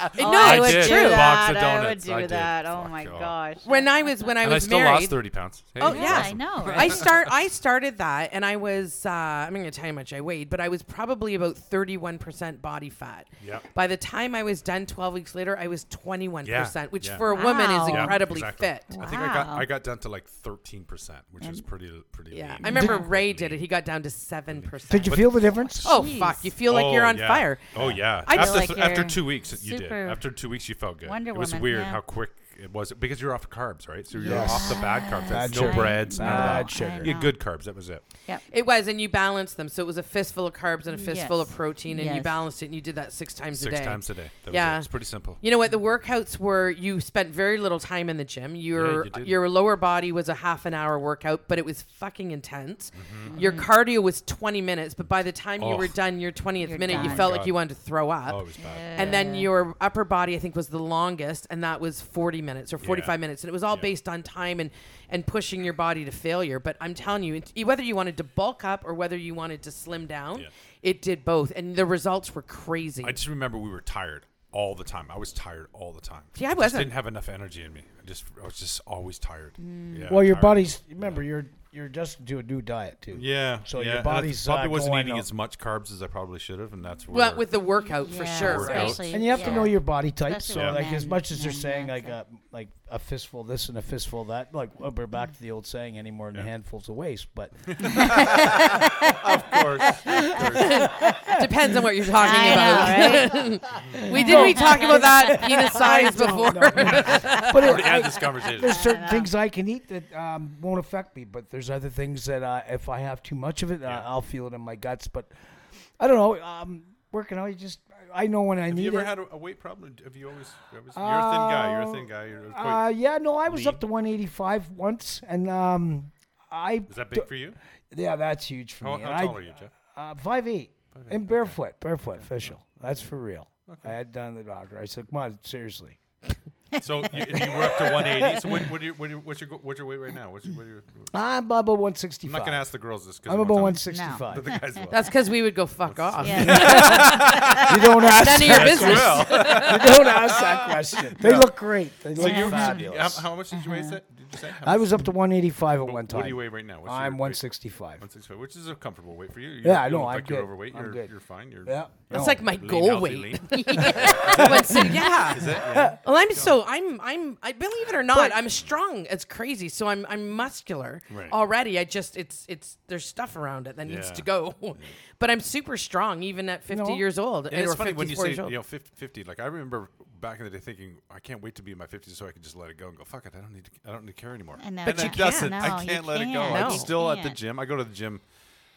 S3: Oh,
S2: no,
S1: I
S2: it's
S1: did.
S2: true.
S1: Box
S6: that.
S1: of
S6: I would
S1: donuts.
S6: do
S1: I did.
S6: that. Oh
S1: Fuck
S6: my
S1: y'all.
S6: gosh.
S2: When I was when I
S1: and I
S2: was
S1: still
S2: married.
S1: lost thirty pounds. Hey,
S2: Oh,
S1: that's
S2: yeah.
S3: I
S1: awesome.
S3: know. Right?
S2: I start I started that and I was uh, I'm not gonna tell you how much I weighed, but I was probably about thirty one percent body fat.
S1: Yep.
S2: By the time I was done twelve weeks later, I was twenty one percent, which
S1: yeah.
S2: for a woman is
S3: Wow.
S1: Yeah,
S2: incredibly
S1: exactly.
S2: fit.
S1: I think I got
S3: Wow.
S1: I got down to like thirteen percent, which was pretty pretty.
S2: Yeah.
S1: lean.
S2: I remember
S1: Pretty
S2: Ray
S1: lean.
S2: did it. He got down to seven percent.
S4: Did you feel the difference?
S2: Oh fuck! You feel like you're
S1: Oh,
S2: on
S1: yeah.
S2: fire.
S1: Oh yeah.
S2: I
S1: after,
S2: feel
S3: like
S1: after
S3: you're
S1: two weeks, you did.
S3: super
S1: After two weeks, you felt good.
S3: Wonder
S1: it was
S3: Woman,
S1: weird
S3: yeah.
S1: how quick it was because you're off carbs, right? So you're
S4: Yes.
S1: off the bad carbs.
S4: Bad
S1: no
S4: sugar.
S1: breads. none of that.
S4: Bad sugar.
S1: You had good carbs. That was it.
S2: It was, and you balanced them, so it was a fistful of carbs and a fistful
S3: Yes.
S2: of protein, and you
S3: Yes.
S2: balanced it, and you did that six times
S1: Six
S2: a day.
S1: times a day. That
S2: Yeah.
S1: Was it. It's pretty simple.
S2: You know what? The workouts were you spent very little time in the gym. Your
S1: you did.
S2: your lower body was a half an hour workout, but it was fucking intense.
S1: Mm-hmm.
S2: Your
S3: Mm-hmm.
S2: cardio was 20 minutes, but by the time you
S1: Oh.
S2: were done your 20th minute, you
S3: done.
S2: felt
S1: Oh my
S2: like you
S1: God.
S2: wanted to throw up.
S1: Oh, it was bad.
S2: and then your upper body, I think, was the longest, and that was 40 minutes or 45 minutes, and it was all
S1: Yeah.
S2: based on time and and pushing your body to failure. But I'm telling you, it- whether you wanted to bulk up or whether you wanted to slim down,
S1: Yeah.
S2: it did both, and the results were crazy.
S1: I just remember we were tired all the time. I was tired all the time.
S2: Yeah, I
S1: just
S2: wasn't.
S1: didn't have enough energy in me. I just I was just always tired.
S2: Mm.
S1: Yeah,
S4: Well, your
S1: tired.
S4: body's. Remember, you're you're adjusting to a new diet too.
S1: Yeah.
S4: So
S1: yeah.
S4: your
S1: and I
S4: body's
S1: probably
S4: uh,
S1: wasn't
S4: going
S1: eating
S4: up.
S1: as much carbs as I probably should have, and that's where
S2: Well, with the workout for
S3: Yeah,
S2: sure, right?
S3: especially-
S4: And you have
S3: yeah.
S4: to know your body type.
S3: Especially
S4: so,
S1: with
S4: like,
S3: men.
S4: as much as they're
S3: Men,
S4: saying,
S3: yeah,
S4: like,
S3: so-
S4: uh, like a fistful of this and a fistful of that. Like well, we're back to the old saying, any more than handfuls of waste. But
S7: Of course. Of course.
S2: Depends on what you're talking about.
S3: I know, right?
S2: We did we talk about that penis size
S4: No,
S2: before?
S4: no, no. but it,
S1: Already had this conversation.
S4: there's certain things I can eat that um, won't affect me, but there's other things that uh, if I have too much of it, uh, I'll feel it in my guts. But I don't know. Um, working out, you just I know when I
S1: Have
S4: need
S1: you ever
S4: it.
S1: had a, a weight problem? Have you always? always- you're a thin guy. You're a thin guy. You're quite,
S4: uh, yeah, no, I was
S1: lean?
S4: up to 185 once, and um, I
S1: is that big for you?
S4: yeah, that's huge for
S1: How,
S4: me.
S1: how
S4: And I-
S1: tall are you, Jeff?
S4: Uh, five eight, and barefoot, barefoot official. That's for real. I had done the doctor. I said, "Come on, seriously."
S1: So you, if you were up to 180. So what, what, are you, what are you, what's your go- what's your weight right now? What's your, what are your,
S4: I'm about
S1: I'm
S4: 165.
S1: not gonna ask the girls this because
S4: I'm about 165.
S1: The guys will.
S2: That's because we would go fuck off.
S3: Yeah.
S4: you don't ask.
S2: None of your
S4: that
S2: business.
S4: question. You don't ask that question. They look great. They look
S1: you-
S4: fabulous.
S1: How, how much did you weigh? Did you say? How
S4: Uh-huh. I
S1: much-
S4: was up to 185 at
S1: what-
S4: one time.
S1: What do you weigh right now? What's
S4: I'm
S1: your weight?
S4: 165.
S1: 165, which is a comfortable weight for you. You don't-
S4: Yeah, I
S1: you
S4: know,
S1: don't
S4: I'm
S1: like You're
S4: good.
S1: overweight.
S4: I'm
S1: You're,
S4: good.
S1: you're fine. You're
S4: Yeah.
S2: That's
S4: No.
S2: like my
S1: lean,
S2: goal
S1: healthy,
S2: weight.
S1: lean.
S2: But so- yeah.
S1: Is it? Yeah.
S2: Well, Oh, I'm so I'm I'm I believe it or not, I'm strong. It's crazy. So I'm I'm muscular
S1: Right.
S2: already. I just it's it's there's stuff around it that needs
S1: Yeah.
S2: to go. but I'm super strong even at 50
S4: No.
S2: years old.
S1: And
S2: or
S1: it's funny when you
S2: 54
S1: say
S2: years
S1: you
S2: old.
S1: know 50, 50 Like I remember back in the day thinking, I can't wait to be in my 50s so I can just let it go and go. Fuck it, I don't need to. I don't need to carry anymore.
S3: I know,
S1: and
S3: But you
S1: it doesn't.
S3: can't.
S1: I
S3: No,
S1: can't
S3: you
S1: let it go.
S3: can't.
S1: I'm
S2: No.
S1: still at the
S3: Can't.
S1: gym. I go to the gym.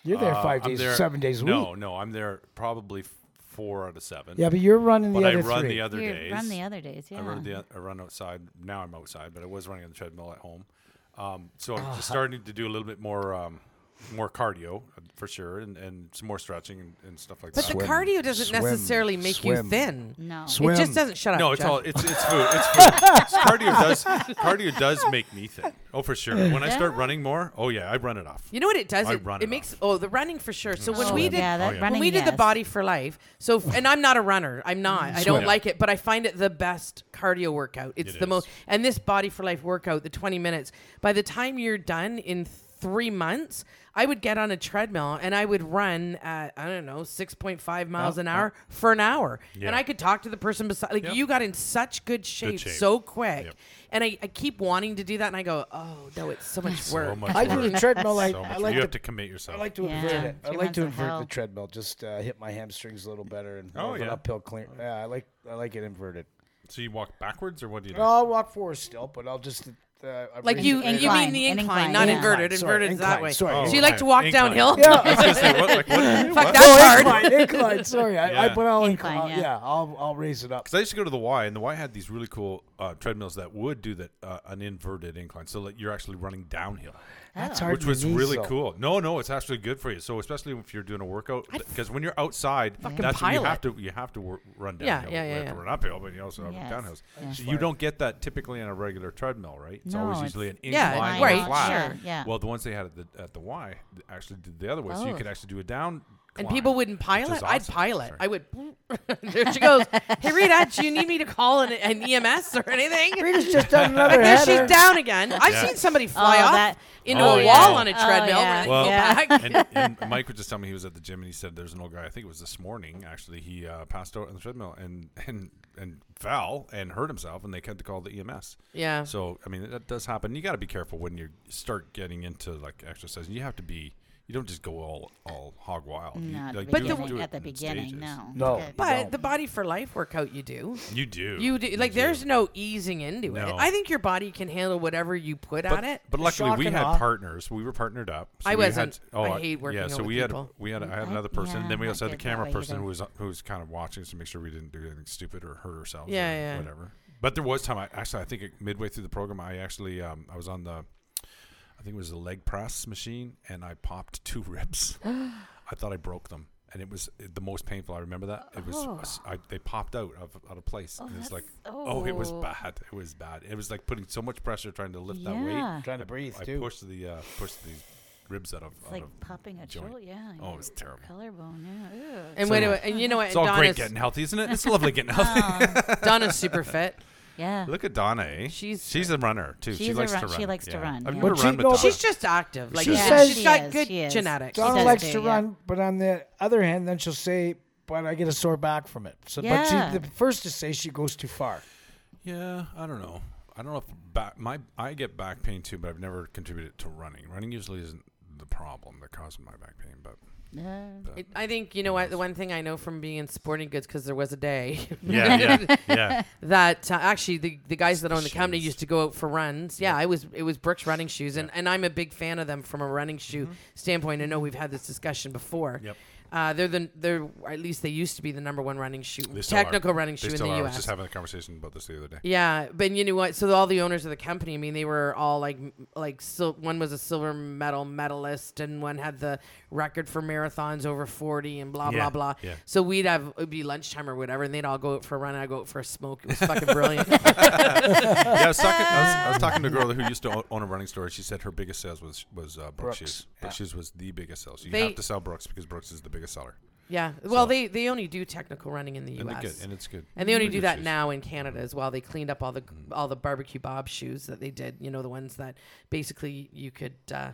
S4: You're there
S1: uh,
S4: five
S1: I'm
S4: days,
S1: there-
S4: seven days a week.
S1: No, no, I'm there probably f- four out of seven.
S4: Yeah, but you're running the
S1: but I
S4: other
S1: run
S4: three.
S1: the other
S3: You
S1: days.
S3: run the other days, yeah.
S1: I run the I run outside. Now I'm outside, but I was running on the treadmill at home. Um, so
S4: Ah.
S1: I'm just starting to do a little bit more um, more cardio uh, for sure, and, and some more stretching and, and stuff like
S2: But
S1: that.
S2: the cardio doesn't
S4: swim,
S2: necessarily make you
S4: swim.
S2: thin.
S3: no.
S4: Swim.
S2: It just doesn't shut up.
S1: no, it's
S2: Jeff.
S1: all it's it's food. It's food. It's cardio does cardio does make me thin. Oh, for sure. When I start running more, oh yeah, I run it off.
S2: You know what it does?
S1: I
S2: It,
S1: run
S2: it
S1: it
S2: makes oh the running for sure. So when
S3: Oh,
S2: we did
S3: yeah, that
S1: yeah.
S2: when
S3: running,
S2: we did the
S3: yes.
S2: body for life, so f- and I'm not a runner. I'm not. I don't
S1: Swim.
S2: like it, but I find it the best cardio workout. It's
S1: It
S2: the
S1: is.
S2: most and this body for life workout, the 20 minutes. By the time you're done in three months, I would get on a treadmill and I would run at I don't know 6.5 miles an hour for an hour, and
S1: Oh, Yeah.
S2: I could talk to the person beside. Like
S1: Yep.
S2: you got in such good shape,
S1: shape.
S2: so quick,
S1: Yep.
S2: and I, I keep wanting to do that, and I go, oh no, it's so much work.
S1: So much
S4: I do
S1: work.
S4: the treadmill. I,
S1: So much
S4: I
S1: work.
S4: like
S1: you
S4: to
S1: have to commit yourself.
S4: I like to
S3: Yeah.
S4: invert it. I
S3: Three
S4: like to
S3: months of
S4: invert the
S3: help.
S4: treadmill. Just uh, hit my hamstrings a little better and
S1: Oh,
S4: more of an
S1: yeah.
S4: uphill clear. Yeah, I like I like it inverted.
S1: so you walk backwards, or what do you do?
S4: No,
S2: Oh.
S4: I'll walk forward still, but I'll just uh, I
S2: Like
S4: raise
S2: you, and
S4: it-
S2: you mean
S3: Incline,
S2: the
S3: an
S2: incline,
S3: incline,
S2: not
S3: yeah.
S2: inverted.
S4: Incline, sorry,
S2: inverted is that
S4: incline,
S2: way.
S4: sorry,
S2: so you like to walk
S1: Oh, incline.
S2: downhill?
S4: Yeah.
S1: I was gonna say, what- like, what-
S2: Fuck,
S1: what?
S2: that's hard.
S4: Oh, incline, incline. Sorry, I, I
S1: Yeah.
S4: but I'll
S3: Incline,
S4: incline.
S3: yeah.
S4: Yeah, I'll I'll raise it up.
S1: Because I used to go to the Y, and the Y had these really cool uh, treadmills that would do that uh, an inverted incline, so that you're actually running downhill,
S4: That's hard.
S1: which
S4: on your
S1: was
S4: knees,
S1: really
S4: though.
S1: cool. No, no, it's actually good for you. So especially if you're doing a workout, because when you're outside, that's when you
S2: pile
S1: have
S2: it.
S1: to you have to wor- run
S2: Yeah,
S1: downhill.
S2: yeah, yeah,
S1: you have
S2: yeah.
S1: to run uphill, but you also have
S3: Yes.
S1: downhills.
S3: Yeah.
S1: So you don't get that typically on a regular treadmill, right? It's always
S3: No,
S1: usually an
S3: it's-
S2: Yeah,
S1: incline or
S2: right,
S1: a flat.
S2: sure,
S3: yeah.
S1: Well, the ones they had at the at the Y th- actually did the other way, so you
S3: Oh.
S1: could actually do a down.
S2: And
S1: climb,
S2: people wouldn't pile
S1: which
S2: it.
S1: is
S2: I'd
S1: awesome.
S2: pile it.
S1: Sorry.
S2: I would. there she goes. Hey, Rita, do you need me to call an, an EMS or anything?
S4: Rita's just done another
S2: There
S4: header.
S2: she's down again. I've
S1: Yeah.
S2: seen somebody fly
S3: Oh,
S2: off
S3: that-
S2: into
S1: Oh,
S2: a
S1: yeah.
S2: wall on a
S3: Oh,
S2: treadmill.
S3: yeah.
S2: where they
S1: Well-
S2: go
S3: Yeah.
S2: back.
S1: and, and Mike was just telling me he was at the gym and he said there's an old guy. I think it was this morning actually. He uh, passed out on the treadmill and and and fell and hurt himself, and they had to call the EMS.
S2: Yeah.
S1: So I mean that does happen. You got to be careful when you start getting into like exercise. You have to be. You don't just go all all hog wild. You, like,
S3: Not at,
S1: do
S3: the
S1: it-
S2: But the-
S3: beginning,
S1: do it
S3: at the
S1: in
S3: beginning,
S1: stages.
S3: no.
S4: No.
S3: Okay.
S4: But-
S2: But
S4: No.
S2: the body for life workout you do.
S1: You do.
S2: You do, like,
S1: do.
S2: there's no easing into it.
S1: No.
S2: I think your body can handle whatever you put
S1: but,
S2: on it.
S1: But luckily,
S4: Shock
S1: we
S4: and
S1: had
S4: awe.
S1: partners. We were partnered up. So
S2: I
S1: we had- oh,
S2: wasn't. I hate working
S1: Yeah,
S2: out
S1: so
S2: with
S1: we had
S2: people. Mm-hmm.
S1: we had I had
S3: I-
S1: another person.
S3: yeah,
S1: then we
S3: I'm
S1: also
S3: not
S1: had the
S3: good that
S1: camera
S3: way
S1: person
S3: either.
S1: who was who was kind of watching us to make sure we didn't do anything stupid or hurt ourselves.
S2: Yeah,
S1: or
S2: yeah.
S1: Whatever. But there was time. I actually I think it- midway through the program, I actually um, I was on the I think it was the leg press machine, and I popped two ribs. I thought I broke them. And it was the most painful. I remember that it was.
S2: Oh.
S1: I, they popped out of out of place. and it's like, oh, it was
S3: oh.
S1: bad. It was bad. It was like putting so much pressure trying to lift that weight.
S3: Yeah.
S4: Trying to breathe
S1: I
S4: too.
S1: pushed the uh, pushed the ribs out of.
S3: It's
S1: out
S3: like
S1: of
S3: popping a
S1: joint.
S3: chill, yeah.
S1: Oh,
S3: yeah.
S1: it was terrible.
S3: Collarbone, yeah. Ew.
S2: and,
S1: so-
S2: wait, a- and you know what?
S1: It's all
S2: Donna's,
S1: great getting healthy, isn't it? It's lovely getting healthy.
S3: Oh.
S2: Donna's super fit.
S3: Yeah.
S1: Look at Donna. Eh?
S2: She's-
S1: she's a runner too.
S3: She's
S1: she
S3: a
S1: likes
S3: run-
S1: to run.
S3: she likes to run,
S1: I've
S3: yeah.
S1: never run
S4: But
S1: with
S4: she- no,
S1: Donna.
S2: She's just active. Like
S1: She
S2: yeah.
S4: says-
S2: she's
S3: She
S2: got
S3: is,
S2: good
S3: she is.
S2: genetics.
S3: She
S4: Donna
S3: does
S4: likes
S3: too,
S4: to
S3: yeah.
S4: run, but on the other hand, then she'll say, "But I get a sore back from it." So, but
S3: Yeah.
S4: she, the first to say she goes too far.
S1: yeah, I don't know. I don't know if back my I get back pain too, but I've never contributed to running. Running usually isn't the problem that causes my back pain, but
S3: No.
S1: but
S2: It, I think you know what the one thing I know from being in sporting goods because there was a day
S8: Yeah, yeah, yeah.
S2: that uh, actually the, the guys that own the company
S1: Shoes.
S2: used to go out for runs. Yeah, I was it was Brooks running shoes, and, and I'm a big fan of them from a running shoe standpoint. I know we've had this discussion before.
S8: Yep.
S2: Uh, they're the they're at least they used to be the number one running shoe,
S1: they still are.
S2: technical running
S1: They
S2: shoe in
S1: still
S2: the
S1: are. I was
S2: U.S.
S1: just having a conversation about this the other day.
S2: Yeah, but you know what? So all the owners of the company, I mean, they were all like, like sil- one was a silver medal medalist, and one had the record for marathons over forty, and blah
S8: Yeah,
S2: blah blah.
S8: yeah.
S2: So we'd have it'd be lunchtime or whatever, and they'd all go out for a run. and I'd go out for a smoke. It was fucking brilliant.
S1: yeah, I was talking. I was, I was talking to a girl who used to o- own a running store. She said her biggest sales was was uh, Brooks,
S4: Brooks,
S1: shoes.
S4: yeah.
S1: Brooks shoes was the biggest sales. You
S2: They-
S1: have to sell Brooks because Brooks is the biggest seller,
S2: yeah. Well, they they only do technical running in the
S1: and,
S2: U.S.
S1: they're good, and it's good.
S2: And they only
S1: They're
S2: do
S1: good
S2: that
S1: shoes.
S2: now in Canada as well. They cleaned up all the
S1: Mm.
S2: all the barbecue bob shoes that they did. You know, the ones that basically you could, uh,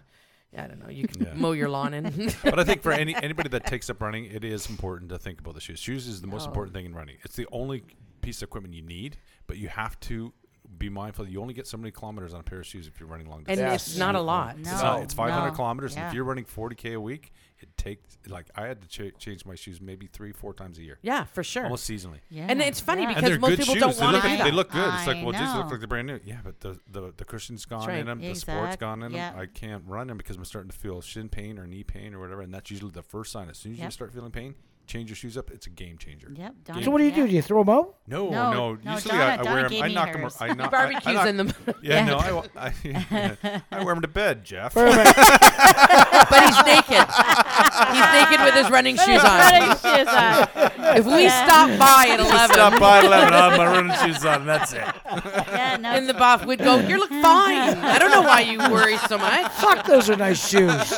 S2: I don't know, you could
S1: Yeah.
S2: mow your lawn in.
S1: but I think for any anybody that takes up running, it is important to think about the shoes. Shoes is the most
S3: Oh.
S1: important thing in running. It's the only piece of equipment you need, but you have to be mindful. that You only get so many kilometers on a pair of shoes if you're running long
S2: and
S1: distance.
S4: Yes.
S2: it's not a lot.
S1: it's,
S3: No,
S1: not, it's 500
S3: no,
S1: kilometers, and
S3: yeah.
S1: if you're running 40k a week, it takes like I had to cha- change my shoes maybe three, four times a year,
S2: Yeah, for sure.
S1: almost seasonally.
S3: Yeah.
S2: And it's funny
S1: And
S2: because
S1: they're
S2: most
S1: good
S2: people
S1: shoes.
S2: don't
S1: they,
S2: want
S1: look,
S2: to do
S1: they
S2: that.
S1: look good. It's like,
S3: I
S1: well, geez, they look
S3: know.
S1: like they're brand new. Yeah, but the the, the cushion's gone
S2: right.
S1: in them. The sport's
S3: Exact-
S1: gone in
S3: yeah.
S1: them. I can't run them because I'm starting to feel shin pain or knee pain or whatever. And that's usually the first sign. As soon as you
S3: Yep.
S1: start feeling pain, change your shoes up. It's a game changer.
S3: Yep.
S1: So
S4: So what do you
S3: yeah.
S4: do? Do you throw them out?
S1: No,
S3: No,
S1: no.
S3: no,
S1: Usually
S3: Donna-
S1: I, I
S3: Donna
S1: wear
S3: gave
S1: them. I
S3: me
S1: knock them.
S3: hers.
S1: I knock. I- I
S2: Barbecues
S1: knock-
S2: in them.
S1: Yeah,
S3: Yeah.
S1: no. I, wa- I, I wear them to bed, Jeff.
S4: Wait a minute.
S2: but he's naked. he's naked with his running shoes on.
S3: Running shoes on.
S2: If we
S3: Yeah.
S2: stop by at 11
S8: Stop by 11. I'll have my running shoes on. That's it.
S3: Yeah, no.
S2: and the buff would go, you look fine. I don't know why you worry so much.
S4: Fuck, those are nice shoes.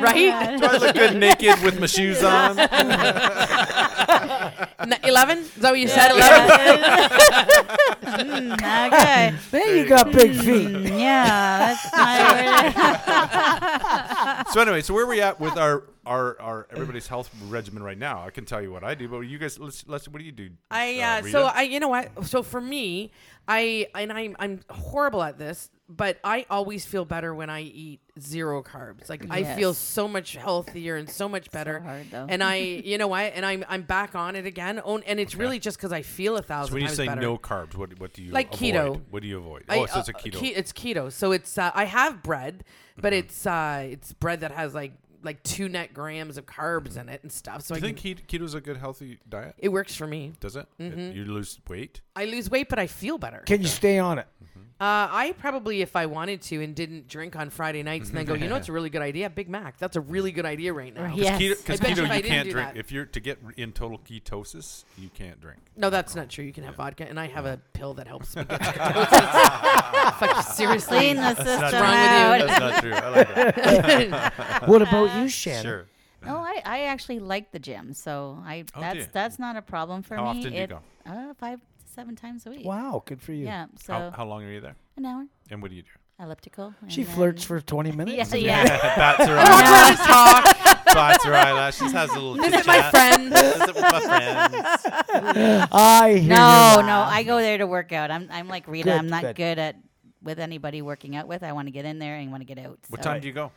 S2: Right?
S1: Oh
S8: Do I look good naked with my shoes on?
S2: N- 11? Is that what you said? 11?
S3: Yeah. Mm, okay.
S4: Man, you got big feet.
S3: Mm, yeah, that's not really.
S8: So anyway, so where are we at with our our, our everybody's health regimen right now? I can tell you what I do, but you guys, let's, let's what do you do?
S2: I uh,
S8: Rita?
S2: so I you know what so for me I and I'm I'm horrible at this but I always feel better when I eat zero carbs like I feel
S3: Yes.
S2: so much healthier and so much better
S3: hard, though.
S2: and I you know what and I'm I'm back on it again on, and it's really just because I feel a thousand
S1: So when you
S2: times
S1: say
S2: better.
S1: no carbs, what what do you
S2: Like
S1: avoid?
S2: keto.
S1: What do you avoid?
S2: I-
S1: oh, so it's a
S2: uh,
S1: keto. Mm-hmm.
S2: ke- it's keto. So it's uh, I have bread, but it's uh, it's bread that has like like two net grams of carbs in it and stuff. So
S1: do you
S2: I
S1: think
S2: can,
S1: keto keto is a good healthy diet?
S2: it works for me.
S1: Does it? It-
S2: Mm-hmm.
S1: You lose weight.
S2: I lose weight, but I feel better.
S4: Can you stay on it?
S2: Uh, I probably, if I wanted to and didn't drink on Friday nights, and then go, you know, it's a really good idea, Big Mac. That's a really good idea right now.
S3: Yeah. Yes.
S1: Keto, cause
S2: I bet you
S1: keto
S2: if I
S1: you
S2: didn't
S1: can't
S2: do
S1: drink.
S2: that-
S1: If you're to get in total ketosis, you can't drink.
S2: No, that's not true. You can have vodka, and I have a pill that helps me get ketosis. Fuck you, seriously.
S3: Clean the system
S8: not
S2: wrong
S3: out.
S8: That's not true. I like that.
S4: What about you, Shannon?
S8: Sure.
S3: No, I, I actually like the gym, so I
S1: Oh,
S3: that's
S1: dear.
S3: that's not a problem for
S1: How
S3: me.
S1: often do you
S3: It-
S1: go?
S3: Uh, five to seven times a week.
S4: Wow, good for you.
S3: Yeah, so
S2: Oh.
S1: How, how long are you there?
S3: an hour
S1: And what do you do?
S3: elliptical.
S4: She
S3: and then-
S4: flirts for 20
S3: Yeah,
S4: minutes.
S3: yeah.
S8: Bats her eyelashes. Bats her eyelashes. Has a little
S2: Visit my
S8: chit-chat.
S2: friend.
S8: Visit with my friends.
S4: I hear
S3: no,
S4: you.
S3: no, I go there to work out. I'm I'm like Rita.
S4: Good,
S3: I'm not
S4: good.
S3: good. at with anybody working out with. I want to get in there and want to get out.
S1: What
S3: so-
S1: time do you go?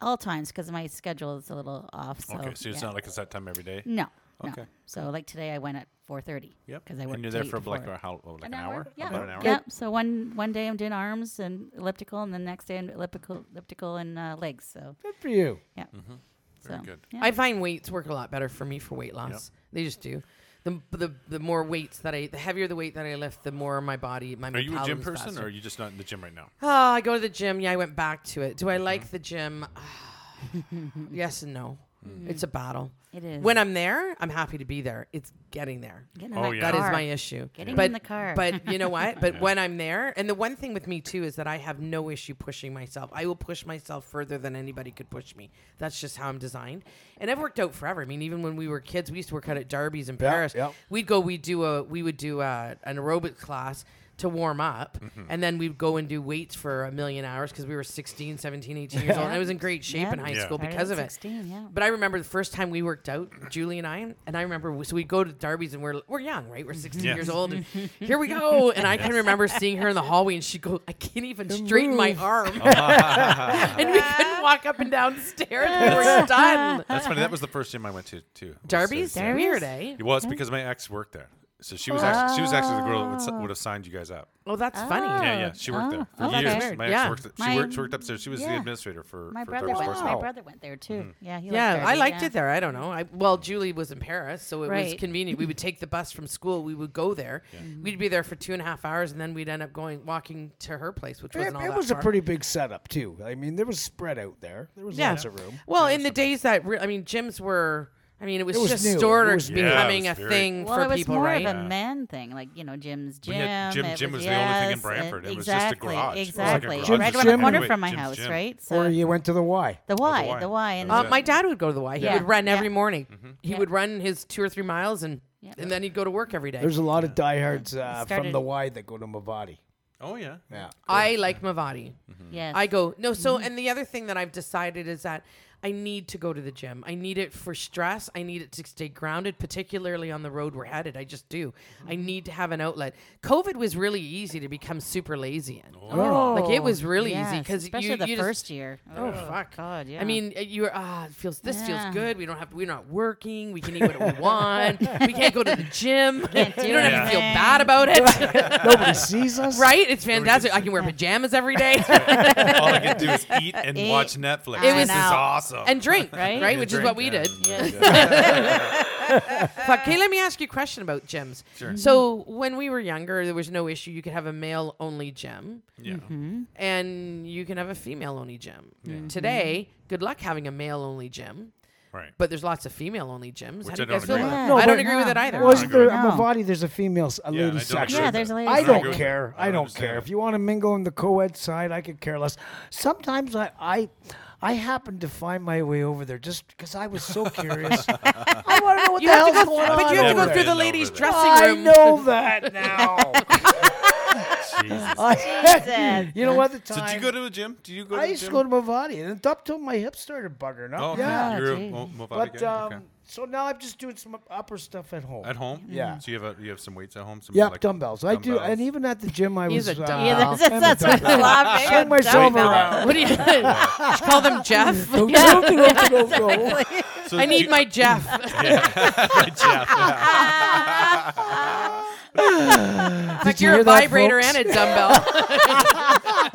S3: All times because my schedule is a little off. So,
S1: Okay, so it's
S3: yeah.
S1: not like it's that time every day.
S3: no.
S1: Okay.
S3: No. So like today, I went at 4:30.
S1: Yep.
S3: Because I worked.
S1: and you're
S3: till
S1: there
S3: eight
S1: for
S3: to
S1: like,
S3: four.
S1: a, how, oh, like an,
S3: Yeah.
S1: About an hour.
S3: Yep. So one one day I'm doing arms and elliptical, and the next day I'm elliptical, elliptical and uh, legs. So
S4: Good for you.
S3: yeah.
S1: Very
S3: so,
S1: good.
S3: Yeah.
S2: I find weights work a lot better for me for weight loss. They just do. The, the, the more weights that I, the heavier the weight that I lift, the more my body, my
S1: Are you a gym
S2: metabolism's
S1: person
S2: faster.
S1: or are you just not in the gym right now?
S2: Oh, I go to the gym. Yeah, I went back to it. Do I like the gym? yes and no. It's a battle.
S3: It is.
S2: When I'm there, I'm happy to be there. It's getting there.
S3: Getting
S1: Oh,
S3: in
S1: yeah.
S3: that
S2: That is
S3: car.
S2: my issue.
S3: Getting
S2: But
S3: in the car.
S2: but you know what? But when I'm there, and the one thing with me too is that I have no issue pushing myself. I will push myself further than anybody could push me. That's just how I'm designed. And I've worked out forever. I mean, even when we were kids, we used to work out at Darby's in Paris.
S4: yeah.
S2: We'd go, we'd do a, we would do a, an aerobic class to warm up. And then we'd go and do weights for a million hours because we were 16, 17, 18 years old. And I was in great shape
S3: Yeah.
S2: in high
S1: Yeah.
S2: school
S3: Started
S2: because
S3: at
S2: of it.
S3: 16, yeah.
S2: But I remember the first time we worked out, Julie and I, and I remember, we- so we'd go to Darby's and we're, we're young, right? We're 16
S1: Yes.
S2: years old. And here we go. And I can remember seeing her in the hallway and she'd go, I can't even straighten my arm.
S1: Oh.
S2: and we couldn't walk up and down the stairs. We were done.
S1: That's funny. That was the first gym I went to too. was, uh,
S2: Darby's?
S1: yeah.
S2: Weird, eh?
S1: It was because my ex worked there, so she was actually she was actually the girl that would, s- would have signed you guys up.
S2: Oh, that's
S3: Ah.
S2: funny.
S1: Yeah, yeah, she worked there for
S3: oh, okay.
S1: years.
S3: Weird,
S1: My ex
S2: yeah.
S1: worked. She
S3: My-
S1: worked, she worked upstairs. She was the
S3: yeah.
S1: administrator for
S3: My
S1: for
S3: brother
S1: Darby's
S3: went.
S1: Sports
S3: My
S1: Hall.
S3: brother went there too.
S1: Mm-hmm.
S3: Yeah, he liked
S2: Yeah, I
S3: Derby,
S2: liked
S3: yeah.
S2: it there. I don't know. I well, Julie was in Paris, so it was
S3: Right.
S2: convenient. We would take the bus from school. We would go there. We'd be there for two and a half hours, and then we'd end up going walking to her place, which
S4: It,
S2: wasn't all
S4: it
S2: that
S4: was
S2: far.
S4: a pretty big setup too. I mean, there was spread out there. There was
S2: Yeah.
S4: lots of room.
S2: well in the days that re- I mean gyms were. I mean, it was,
S4: It was
S2: just
S4: new.
S2: sort
S4: It
S2: of
S4: was new.
S1: Yeah, it
S2: becoming
S1: was
S2: a
S1: very-
S2: thing
S3: Well,
S2: for
S3: it was
S2: people,
S3: more
S2: right?
S3: of a man thing, like you know, Jim's gym.
S1: We had- Jim-
S3: it
S1: Jim was the only thing in
S3: yes, it-
S1: Brantford. It was just a
S3: exactly,
S1: garage. It was like a
S3: Exactly,
S1: garage.
S3: right
S4: Jim's
S3: around the
S4: gym.
S3: corner
S4: Wait,
S3: from my
S1: Jim's
S3: house,
S1: gym.
S3: right? So
S4: Or you went to the Y.
S3: the
S1: The
S3: Y,
S1: Y.
S3: the Y, and
S1: That
S2: Uh,
S1: was it.
S2: my dad would go to the Y.
S3: Yeah.
S2: He would run every
S3: Yeah.
S2: morning.
S1: Mm-hmm.
S2: He
S3: Yeah.
S2: would run his two or three miles, and
S3: Yeah.
S2: and then he'd go to work every day.
S4: There's a lot of diehards uh, from
S3: Started-
S4: the Y that go to Mavati.
S1: Oh yeah.
S4: Yeah.
S2: I like Mavati.
S3: yes, Mm-hmm.
S2: I go no. So and the other thing that I've decided is that I need to go to the gym. I need it for stress. I need it to stay grounded, particularly on the road we're headed. I just do. I
S3: Mm-hmm.
S2: need to have an outlet. COVID was really easy to become super lazy in.
S3: Oh,
S2: Like, it was really easy
S3: yes,
S2: 'cause
S3: especially
S2: you-
S3: the
S2: you just-
S3: first year.
S2: Oh, fuck.
S3: God, yeah.
S2: I mean, uh, you're ah, it feels this
S3: Yeah.
S2: feels good. We don't have we're not working. We can eat what we want. We can't go to the gym.
S3: Can't do
S2: you don't have to feel
S3: anything.
S2: bad about it,
S4: Nobody sees us.
S2: right? It's fantastic. I can wear pajamas every day.
S1: All I could do is eat and
S3: Eat.
S1: watch Netflix.
S3: It
S1: this
S2: was-
S1: is awesome.
S2: and drink, right?
S3: Right?
S2: Right,
S1: And
S2: which is
S1: Oh. drink,
S2: what we
S1: yeah.
S2: did.
S4: Uh.
S3: Yes.
S2: Fuck, okay, let me ask you a question about gyms. Sure. So when we were younger, there was no issue. You could have a male-only gym,
S1: Yeah.
S3: Mm-hmm.
S2: and you can have a female-only gym.
S1: Mm-hmm.
S2: Today, good luck having a male-only gym.
S1: Right.
S2: But there's lots of female-only gyms.
S1: Which
S2: How
S1: I
S2: do you
S1: don't
S2: guys feel
S1: agree
S2: about
S1: with.
S2: that?
S4: No,
S2: I don't
S4: but-
S2: agree with it either.
S4: Wasn't
S1: No.
S4: there
S3: No.
S4: a Mavati? There's a female, s- a
S1: Yeah, and I
S4: lady
S1: don't agree
S4: section.
S3: Yeah,
S1: with
S3: there's
S1: that.
S3: a lady
S4: I
S3: It's
S4: don't
S3: not good.
S4: care.
S1: I
S4: I don't
S1: understand.
S4: care. If you want to mingle in the co-ed side, I could care less. Sometimes I, I, I happen to find my way over there just because I was so curious. I want to know what
S2: You
S4: the
S2: have to
S4: hell's
S2: go,
S4: going on.
S2: but you have to
S4: over
S2: go through
S4: there.
S2: the
S1: Over
S2: ladies'
S1: there.
S2: dressing room.
S4: I know that now.
S1: Jesus.
S4: I, you know what? The
S1: So
S4: time
S1: did you go to the gym? Did you go
S4: I
S1: to the
S4: used
S1: gym?
S4: to go to Mavati, and it's up till my hips started buggering up.
S1: Oh, okay.
S4: yeah.
S1: You're a
S3: gee.
S1: Mo- Mofab
S4: But
S1: guy?
S4: um,
S1: Okay.
S4: so now I'm just doing some upper stuff at home.
S1: at home? Mm-hmm.
S4: Yeah.
S1: So you have a, you have some weights at home? Some
S4: Yep,
S1: like
S4: dumbbells. I do, and even at the gym, I
S2: He's
S4: was.
S2: a
S4: uh,
S2: dumbbell.
S3: yeah,
S2: Yeah,
S3: that's, that's, that's what I'm laughing.
S4: Turn myself around.
S2: What do you, Did you call them Jeff?
S4: Go,
S3: Yeah.
S4: go, go, go, go.
S1: So
S2: I
S1: do
S2: need
S1: you-
S2: my Jeff. It's like
S4: you
S2: you're a
S4: hear that,
S2: vibrator
S4: folks?
S2: and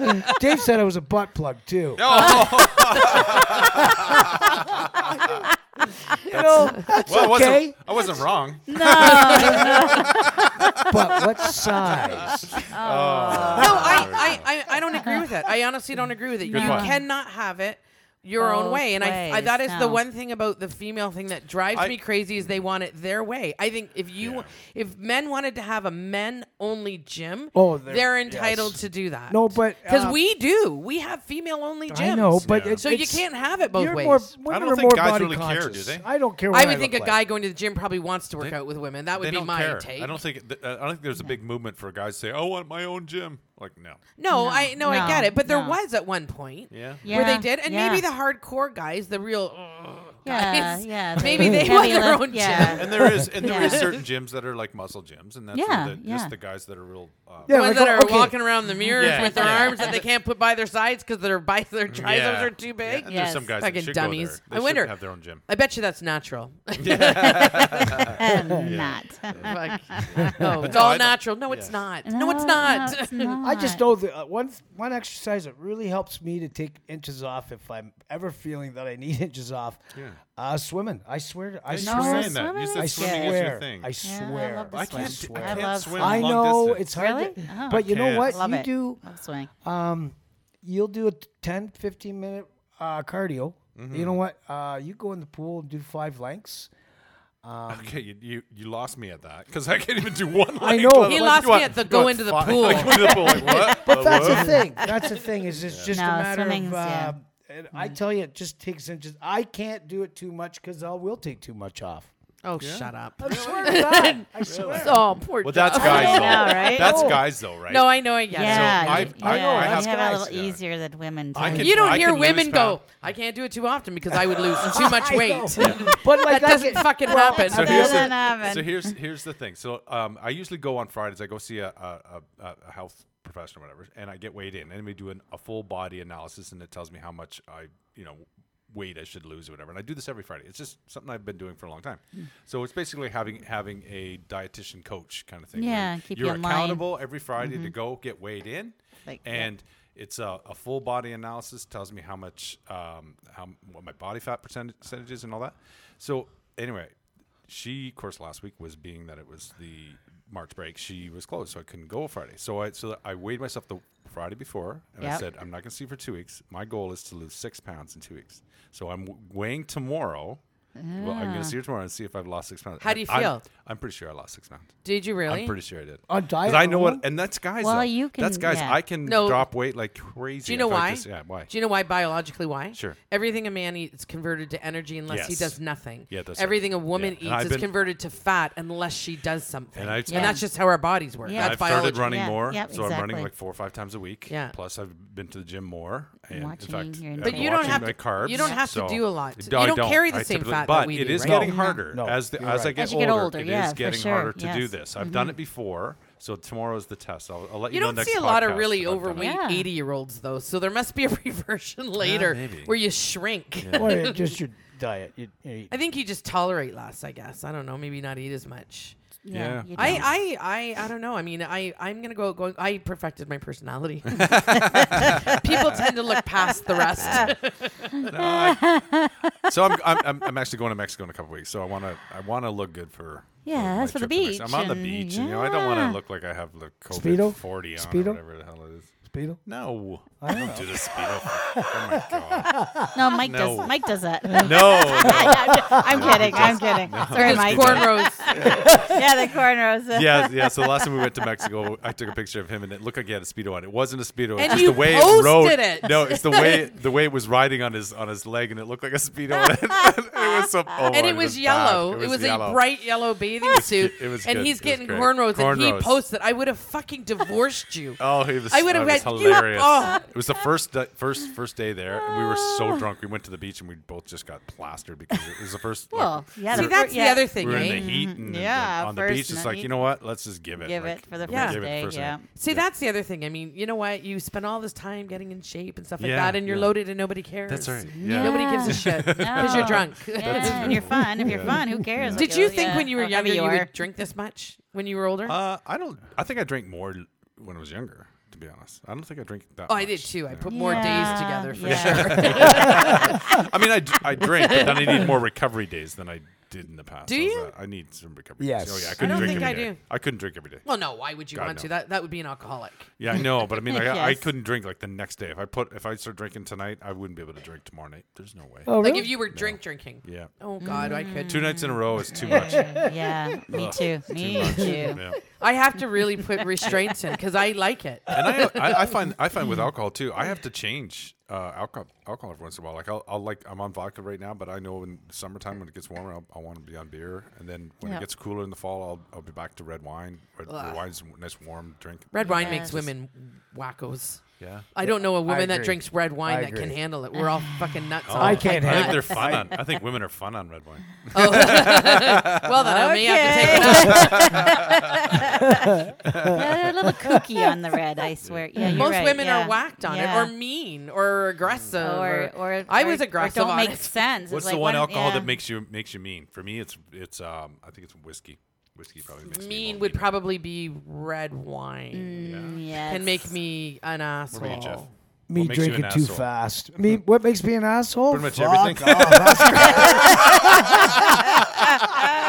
S2: a dumbbell.
S4: Dave said I was a butt plug too.
S1: Oh,
S4: You know, that's
S1: well, I wasn't,
S4: okay,
S1: I wasn't wrong.
S2: Oh.
S1: Uh,
S4: but what size?
S2: no, I, I, I, I don't agree with it. I honestly don't agree with it. you
S1: point.
S2: cannot have it your own
S3: Both
S2: way. And I, I
S3: ways,
S2: that is the
S3: no.
S2: one thing about the female thing that drives
S1: I-
S2: me crazy is they want it their way. I think if you
S1: Yeah.
S2: if men wanted to have a men only gym,
S4: Oh, they're-
S2: they're, entitled
S4: yes.
S2: to do that.
S4: No, but,
S2: because
S4: uh,
S2: we do, we have female only gyms.
S4: I know, but
S1: Yeah.
S4: it's,
S2: so you
S4: it's-
S2: can't have it both
S4: you're
S2: ways.
S4: More, women
S1: don't
S4: are
S1: think
S4: more
S1: guys
S4: body
S1: really care,
S4: conscious.
S1: do they?
S4: I don't care. What
S2: I would think a
S4: look
S2: guy
S4: like.
S2: going to the gym probably wants to work out with women. That
S1: they
S2: would be
S1: don't
S2: my
S1: care.
S2: take.
S1: I don't think th- I don't think there's a big movement for guys to say, "Oh, "I want my own gym." Like, no.
S2: No, I no, I
S3: No,
S2: get it. But there
S3: no.
S2: was at one point.
S1: Yeah.
S3: Yeah,
S2: Where they did, and
S3: yeah.
S2: maybe the hardcore guys, the real uh,
S3: yeah,
S2: guys,
S3: yeah,
S2: maybe they
S3: heavy
S2: want their
S3: lift-
S2: own
S3: yeah.
S2: gym.
S1: And there is and there is
S3: Yeah.
S1: certain gyms that are like muscle gyms, and that's
S3: Yeah,
S1: where the,
S3: yeah.
S1: just the guys that are real. Uh,
S4: Yeah,
S2: the ones
S4: like,
S2: that
S4: oh,
S2: are
S4: okay.
S2: walking around the mirrors
S1: Yeah,
S2: with their
S1: yeah.
S2: arms that they can't put by their sides because their bi- their triceps
S1: yeah.
S2: are too
S1: Yeah,
S2: big.
S1: and
S3: Yes.
S1: There's some guys
S2: Fucking
S1: that should go
S2: dummies.
S1: there. They
S2: I
S1: should
S2: wonder-
S1: have their own gym.
S2: I bet you that's natural.
S3: not.
S2: Fuck. Oh, it's
S1: no, I
S2: all
S1: don't-
S2: natural. No, it's
S1: yeah.
S2: not. No, it's not.
S4: I just know that uh, one one exercise that really helps me to take inches off if I'm ever feeling that I need inches off. Yeah. Uh, swimming. I swear. To, I
S1: you
S4: swear.
S1: were saying that.
S3: swimming
S1: You
S3: is
S1: said
S4: I
S1: swimming
S4: swear.
S1: is your thing.
S3: Yeah,
S4: I
S3: I
S4: swear.
S3: love the
S1: I
S3: swim.
S1: can't,
S4: swim.
S1: I
S4: I
S1: can't
S3: love
S1: swim.
S3: swim.
S4: I
S1: long
S4: know
S1: distance.
S4: it's hard,
S3: Really?
S4: to,
S3: Oh.
S4: but you know
S1: Can't.
S4: what?
S3: Love
S4: you
S3: it.
S4: do.
S3: Love swimming.
S4: Um, you'll do a 10, 15 minute uh, cardio.
S1: Mm-hmm.
S4: You know what? Uh, you go in the pool and do five lengths.
S1: Okay, you, you, you lost me at that because I can't even do one.
S4: I
S1: leg.
S4: know.
S1: What-
S2: He
S1: what
S2: lost
S1: do I-
S2: me at the
S1: do
S2: go
S1: I
S2: into the
S1: fi-
S2: pool.
S1: Like, go into the pool. Like, what?
S4: But that's the thing. That's the thing. Is it's just
S3: No,
S4: a matter
S3: swimming's-
S4: of.
S3: yeah.
S4: Uh,
S1: Mm-hmm.
S4: and I tell you, it just takes inches. I can't do it too much because I will take too much off.
S2: Oh, shut up.
S4: I swear to God. I swear.
S2: Oh, poor
S1: Well, that's
S2: Jeff.
S1: guys.
S3: I
S1: though.
S3: know, right?
S1: That's
S4: Oh.
S1: guys though, right?
S2: No, I know. I guess.
S3: Yeah,
S1: So
S3: you-
S1: I've-
S3: yeah.
S1: I- I
S3: you
S1: have
S3: have it a
S1: guys,
S3: little
S1: yeah.
S3: easier than women.
S1: I
S3: do.
S1: can-
S2: You don't
S1: I
S2: hear
S1: can lose
S2: women go,
S1: fat.
S2: I can't do it too often because I would lose too much weight.
S4: I know. But
S2: That
S4: like
S2: doesn't fucking happen.
S1: So
S3: That
S1: here's,
S3: doesn't
S1: the,
S3: happen.
S1: so here's here's the thing. So um, I usually go on Fridays. I go see a, a, a, a health professional, or whatever, and I get weighed in, and we do an, a full body analysis, and it tells me how much I, you know, weight I should lose or whatever. And I do this every Friday. It's just something I've been doing for a long time.
S3: Hmm.
S1: So it's basically having having a dietitian coach kind of thing. where
S3: Yeah, keep you
S1: you're
S3: in line. Mm-hmm.
S1: accountable every Friday to go get weighed in,
S3: Like, yeah.
S1: and it's a, a full body analysis tells me how much um, how what my body fat percentage, percentage is and all that so anyway she of course last week was being that it was the march break she was closed so i couldn't go friday so i so i weighed myself the friday before and i
S3: Yep.
S1: said i'm not going to see you for two weeks my goal is to lose six pounds in two weeks so i'm w- weighing tomorrow well i'm going to see her tomorrow and see if i've lost six pounds
S2: Ah. How do you
S1: I'm-
S2: feel?
S1: i'm pretty sure i lost six pounds
S2: Did you really?
S1: I'm pretty sure I did.
S4: On diet
S1: 'Cause I know what,
S4: alone?
S1: and that's guys.
S3: Well,
S1: though.
S3: you
S1: That's
S3: can-
S1: guys.
S3: yeah.
S1: I can
S2: No.
S1: drop weight like crazy.
S2: do you know
S1: if I
S2: why?
S1: just- yeah, why?
S2: Do you know why biologically why?
S1: Sure.
S2: Everything a man eats is converted to energy unless he
S1: Yes.
S2: does nothing.
S1: Yeah, that's right.
S2: Everything a woman
S1: Yeah, and I've
S2: eats
S1: been-
S2: is converted to fat unless she does something.
S1: And I-
S3: Yeah.
S2: that's just how our bodies work.
S3: Yeah.
S2: That's
S1: I've started
S2: biology.
S1: running
S3: Yeah,
S1: more,
S3: yep,
S1: so I'm running
S3: exactly.
S1: like four or five times a week.
S2: Yeah.
S1: Plus, I've been to the gym more. And
S3: Watching
S1: in fact,
S3: your
S1: I'm
S3: But
S2: you don't
S1: watching
S2: have
S1: my
S2: to-
S1: carbs,
S2: you don't have to
S1: so-
S2: do a lot. You
S1: I
S2: don't carry the
S1: I
S2: same
S1: typically-
S2: fat that
S1: but
S2: we
S1: it
S2: do,
S1: is
S2: right?
S1: getting
S4: No,
S1: harder
S4: no,
S1: as the,
S4: you're
S1: as I
S4: right.
S1: get
S3: As you get older,
S1: It is
S3: yeah, for
S1: getting
S3: sure,
S1: harder to do
S3: yes. Mm-hmm.
S1: this. I've done it before, so tomorrow is the test. I'll, I'll let you,
S2: You
S1: know
S2: don't
S1: next
S2: see a lot of
S1: podcast
S2: really
S1: if I've done it.
S2: overweight
S3: Yeah.
S2: 80 year olds, though. So there must be a reversion later
S1: maybe.
S2: where you shrink.
S4: Well, yeah, just your diet. You, you eat.
S2: I think you just tolerate less, I guess. I don't know. Maybe not eat as much.
S1: Yeah.
S3: you don't.
S2: I, I, I, I don't know. I mean, I, I'm gonna go going. I perfected my personality. People tend to look past the rest.
S1: so I'm, I'm- I'm I'm actually going to Mexico in a couple weeks. So I want to I want to look good for
S3: Yeah,
S1: my
S3: that's for the
S1: trip to Mexico.
S3: beach
S1: I'm on the
S3: and-
S1: beach, and you know I don't want
S3: yeah.
S1: to look like I have the COVID
S4: Speedo?
S1: forty on
S4: Speedo?
S1: or whatever the hell it is.
S4: Speedo?
S1: No, I don't do the speedo. oh my god.
S3: No, Mike
S1: No.
S3: does. Mike does that.
S1: No, no.
S3: I'm kidding. I'm kidding. Sorry,
S2: Those
S3: Mike.
S2: cornrows.
S3: yeah, the cornrows.
S1: yeah, yeah. So the last time we went to Mexico, I took a picture of him, and it looked like he had a speedo on. It wasn't a speedo. It's
S2: And
S1: just
S2: you
S1: the way it
S2: posted
S1: rode.
S2: it.
S1: No, it's the way the way it was riding on his on his leg, and it looked like a speedo. and it was so. Oh,
S2: and it
S1: bad.
S2: was yellow. It was,
S1: yellow.
S2: a bright yellow bathing suit.
S1: it was
S2: and
S1: good.
S2: he's
S1: It was
S2: getting
S1: great.
S2: cornrows, and he
S1: Cornrows.
S2: posted. I would have fucking divorced you.
S1: Oh, he was.
S2: I would've
S1: that
S2: went,
S1: was
S2: "You-
S1: hilarious.
S2: oh."
S1: It was the first di- first first day there, and we were so drunk. We went to the beach, and we both just got plastered because it was the first. like,
S3: Well, yeah.
S2: See,
S3: the-
S2: that's
S3: yeah.
S2: the other
S1: we
S2: thing,
S1: were in
S2: right?
S1: the heat, and,
S3: Yeah,
S1: and on the
S3: first
S1: beach, it's like
S3: night.
S1: you know what? Let's just give it.
S3: Give
S1: like,
S3: it for the
S1: we
S3: first
S1: gave it
S3: day, yeah.
S2: See, that's the other thing. I mean, you know what? You spend all this time getting in shape and stuff like
S1: Yeah,
S2: that, and you're
S1: yeah.
S2: loaded, and nobody cares.
S1: That's right.
S3: Yeah.
S2: Nobody gives a shit because you're
S3: No.
S2: drunk.
S3: Yeah, and you're fun. If you're fun, who cares?
S2: Did
S3: what
S2: you think
S3: yeah,
S2: when you were
S3: how
S2: younger
S3: heavy
S2: you
S3: are?
S2: would drink this much? When you were older?
S1: Uh, I don't. I think I drank more l- when I was younger. To be honest, I don't think I drink that.
S2: oh, I did
S1: much.
S2: too. I
S1: Yeah.
S2: put more days
S3: Yeah,
S2: together for
S3: yeah.
S2: sure.
S1: I mean, I, d- I drink, but then I need more recovery days than I did in the past.
S2: Do
S1: So
S2: you?
S1: that- I need some recovery.
S4: Yes.
S1: Days. Oh yeah,
S4: I
S1: I couldn't
S2: don't
S1: drink
S2: think
S1: every
S2: I
S1: day.
S2: do.
S1: I couldn't drink every day.
S2: well, no. Why would you
S1: God,
S2: want
S1: no.
S2: to? That that would be an alcoholic.
S1: Yeah, I know, but I mean, like, I, I
S3: Yes.
S1: couldn't drink like the next day. If I put, if I start drinking tonight, I wouldn't be able to drink tomorrow night. There's no way.
S4: Oh, really?
S2: Like if you were drink drinking.
S1: Yeah,
S2: Oh God, I could.
S3: Mm.
S1: two nights in a row is too much.
S3: Yeah, me too. Me too.
S1: Yeah.
S2: I have to really put restraints in because I like it.
S1: And I, I, I find, I find with alcohol too, I have to change uh, alcohol, alcohol every once in a while. Like I'll, I'll like, I'm on vodka right now, but I know in the summertime when it gets warmer, I'll, I'll want to be on beer, and then when
S3: Yeah.
S1: it gets cooler in the fall, I'll, I'll be back to red wine. Red, red
S2: Ugh.
S1: wine's a nice warm drink.
S2: Red wine makes
S3: Yes.
S2: women wackos.
S1: Yeah.
S2: I don't know a woman that
S4: agree.
S2: drinks red wine
S4: I
S2: that can
S4: agree.
S2: handle it. We're all fucking nuts. on
S4: I
S2: it.
S4: can't
S1: Oh, I
S2: Like
S1: think
S4: handle
S1: they're fun
S2: nuts.
S1: on. I think women are fun on red wine.
S2: Oh. well, then I may have to take it off.
S3: Yeah, a little kooky on the red, I swear. Yeah, you're
S2: Most
S3: right,
S2: women
S3: yeah.
S2: are whacked on it,
S3: Yeah.
S2: or mean, or aggressive,
S3: or, or
S2: I
S3: or-
S2: was aggressive.
S3: Or
S2: on
S3: don't make
S2: it.
S3: sense. It's
S1: What's
S3: like
S1: the one alcohol
S3: yeah.
S1: that makes you makes you mean? For me, it's it's um I think it's whiskey. Whiskey probably makes me
S2: mean
S1: more
S2: would
S1: meaner.
S2: probably be red wine
S3: Mm, yes.
S2: and make me an
S1: What about you, Jeff?
S2: asshole.
S4: me
S1: What makes you an
S4: drinking too
S1: asshole?
S4: fast. Me, what makes me an asshole?
S1: Pretty much
S4: Fuck
S1: everything.
S4: off. Oh, That's-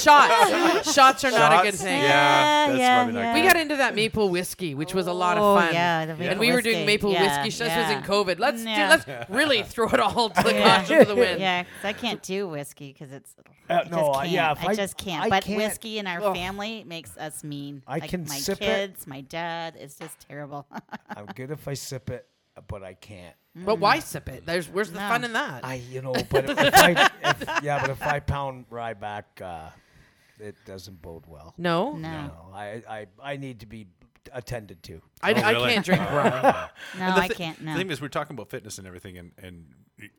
S2: Shots, shots are not a good
S1: Shots?
S2: thing.
S1: Yeah,
S3: Yeah,
S1: that's
S3: yeah,
S1: probably not
S3: yeah.
S1: good.
S2: We got into that maple whiskey, which was a lot
S3: Oh,
S2: of fun.
S3: yeah, the
S1: maple
S2: and we were doing
S3: whiskey.
S2: maple
S3: Yeah,
S2: whiskey. This
S3: yeah.
S2: was in COVID. Let's do-
S3: Yeah.
S2: let's really throw it all to the
S3: Yeah.
S2: caution to the wind.
S3: Yeah, 'cause I can't do whiskey because it's.
S4: Uh,
S3: I just
S4: no, I-
S3: can't.
S4: yeah, if
S3: I,
S4: I-
S3: just can't.
S4: I
S3: but
S4: can't.
S3: whiskey in our
S4: Ugh.
S3: family makes us mean.
S4: I
S3: like
S4: can
S3: my
S4: sip it.
S3: kids, my dad. It's just terrible.
S4: I'm good if I sip it. but I can't.
S2: But why sip it? There's where's the
S3: No.
S2: fun in that?
S4: I, you know, but if I, if, yeah, but if I pound Ryback, uh, it doesn't bode well.
S2: no,
S3: No,
S4: No, I, I, I need to be attended to.
S2: I, I
S1: Oh, really?
S2: can't drink rum. Oh,
S3: no,
S1: The
S3: I
S1: thi-
S3: can't.
S1: The
S3: No.
S1: thing is, we're talking about fitness and everything, and, and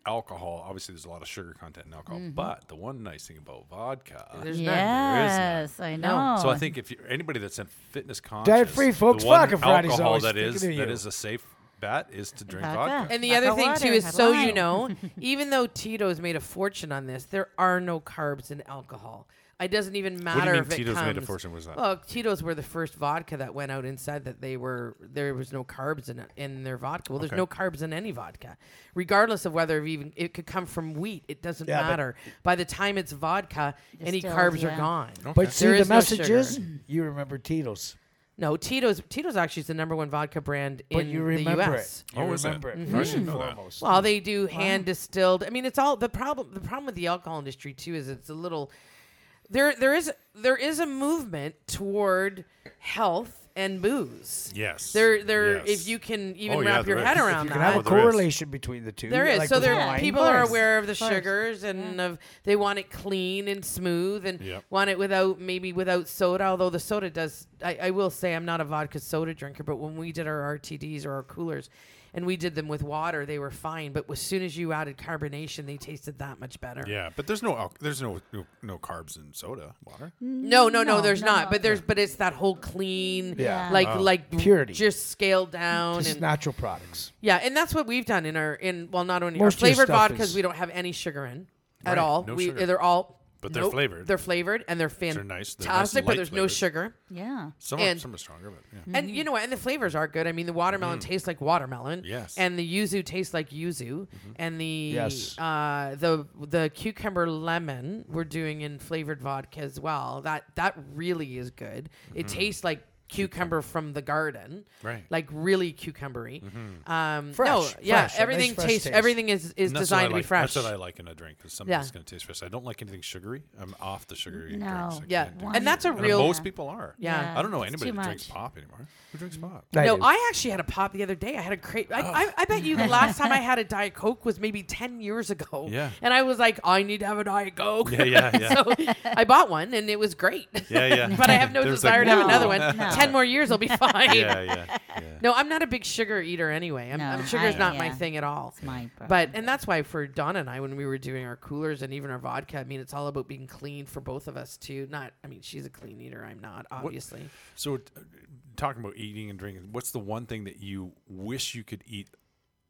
S1: alcohol. Obviously, there's a lot of sugar content in alcohol.
S2: Mm-hmm.
S1: But the one nice thing about vodka.
S2: There's none.
S3: Yes, I know.
S1: So I think if you anybody that's in fitness conscious,
S4: Diet-free, folks,
S1: the one
S4: vodka Friday's
S1: alcohol
S4: always
S1: that is
S4: sticking to
S1: that
S4: you.
S1: is a safe bet is to drink
S3: Vodka.
S1: vodka.
S2: And the
S3: Like
S2: other
S3: a
S2: thing too
S3: water,
S2: is,
S3: like
S2: so you
S3: lime.
S2: know, even though Tito's made a fortune on this, there are no carbs in alcohol. It doesn't even matter
S1: mean
S2: if it
S1: Tito's
S2: comes.
S1: made a fortune? What is that?
S2: Well, Tito's were the first vodka that went out and said that they were there was no carbs in it, in their vodka. Well, there's no carbs in any vodka, regardless of whether it even it could come from wheat. It doesn't
S4: Yeah, but-
S2: matter. By the time it's vodka, any
S3: Distilled,
S2: carbs are
S3: yeah.
S2: gone.
S4: But see,
S2: There
S4: the
S2: is no
S4: message
S2: sugar.
S4: is you remember Tito's,
S2: No, Tito's Tito's actually is the number one vodka brand
S4: but
S2: in
S4: you remember
S2: the U.S.
S4: it. You
S1: Oh, is it?
S4: remember
S1: Mhm. I
S4: first and
S1: didn't know that.
S4: foremost.
S2: Well, they do hand distilled. I mean, it's all the problem. The problem with the alcohol industry too is it's a little there. There is there is a movement toward health and booze.
S1: Yes.
S2: There, there.
S1: Yes.
S2: If you can even
S1: Oh, yeah,
S2: wrap your
S1: there is.
S2: head
S1: If
S2: around
S4: You
S2: that,
S4: can have a
S1: there is.
S4: correlation between the two.
S2: there is.
S4: like
S2: so
S4: with
S2: there,
S4: wine.
S2: people
S3: Of
S2: are
S3: course.
S2: aware of the
S3: Of course.
S2: sugars and of they want it clean and smooth and
S1: Yep.
S2: want it without maybe without soda. Although the soda does, I, I will say I'm not a vodka soda drinker, but when we did our RTDs or our coolers, and we did them with water, they were fine. But as soon as you added carbonation, they tasted that much better.
S1: yeah, but there's no al- there's no, no no carbs in soda water.
S2: No, no, no,
S3: No,
S2: There's
S3: no,
S2: not,
S3: no.
S2: but there's but it's that whole clean,
S4: Yeah.
S2: like
S1: Oh.
S2: like
S4: Purity.
S2: just scaled down
S4: Just
S2: and
S4: natural products.
S2: Yeah, and that's what we've done in our in well, not only
S4: Most
S2: our
S4: of your
S2: flavored
S4: stuff
S2: vodkas,
S4: is-
S2: we don't have any sugar in
S1: Right,
S2: at all.
S1: no
S2: we
S1: sugar.
S2: they're all
S1: But they're
S2: nope,
S1: flavored.
S2: They're flavored and they're fantastic,
S1: nice- they're nice and
S2: but there's no
S1: light-flavored.
S2: sugar.
S3: yeah.
S1: Some are,
S2: And-
S1: some are stronger, but yeah.
S2: And you know what? And the flavors are good. I mean, the watermelon tastes like watermelon.
S1: Mm-hmm. Yes. Mm-hmm.
S2: And the yuzu tastes like yuzu. And the
S4: Yes.
S2: uh, the the cucumber lemon we're doing in flavored vodka as well. That that really is good. It tastes like cucumber from the garden.
S1: Mm-hmm. Right. Mm-hmm.
S2: Like really cucumbery. Um, no,
S4: Fresh,
S2: yeah,
S4: fresh, a nice
S2: everything
S4: fresh
S2: tastes.
S4: taste.
S2: Everything is is
S1: And that's what I
S2: designed to
S1: like.
S2: be fresh.
S1: That's what I like in a drink. Is something
S2: Yeah.
S1: that's going to taste fresh. I don't like anything sugary. I'm off the sugary drinks.
S3: No.
S1: I
S2: Yeah.
S1: can't do
S2: And
S1: it.
S2: that's a
S1: And
S2: real-
S1: most people are.
S2: Yeah.
S1: I don't know
S3: It's
S1: anybody
S3: too
S1: that drinks
S3: much.
S1: pop anymore. Who drinks pop?
S2: no,
S4: do.
S2: I actually had a pop the other day. I had a crate. I, I, I bet you the last time I had a Diet Coke was maybe 10 years ago.
S1: Yeah.
S2: And I was like, I need to have a Diet Coke.
S1: Yeah, yeah, yeah.
S2: so I bought one and it was great.
S1: Yeah, yeah.
S2: but I have no
S1: There's
S2: desire
S1: like-
S2: to have another
S3: No,
S2: one.
S3: no.
S2: 10 more years, I'll be fine.
S1: yeah, yeah, yeah.
S2: No, I'm not a big sugar eater anyway. I'm,
S3: No,
S2: I'm- sugar's
S3: I-
S2: not my
S3: yeah.
S2: thing at all.
S3: It's my problem.
S2: But and that's why for Donna and I, when we were doing our coolers and even our vodka, I mean, it's all about being clean for both of us too. Not, I mean, she's a clean eater. I'm not, obviously.
S1: So, t- talking about eating and drinking, what's the one thing that you wish you could eat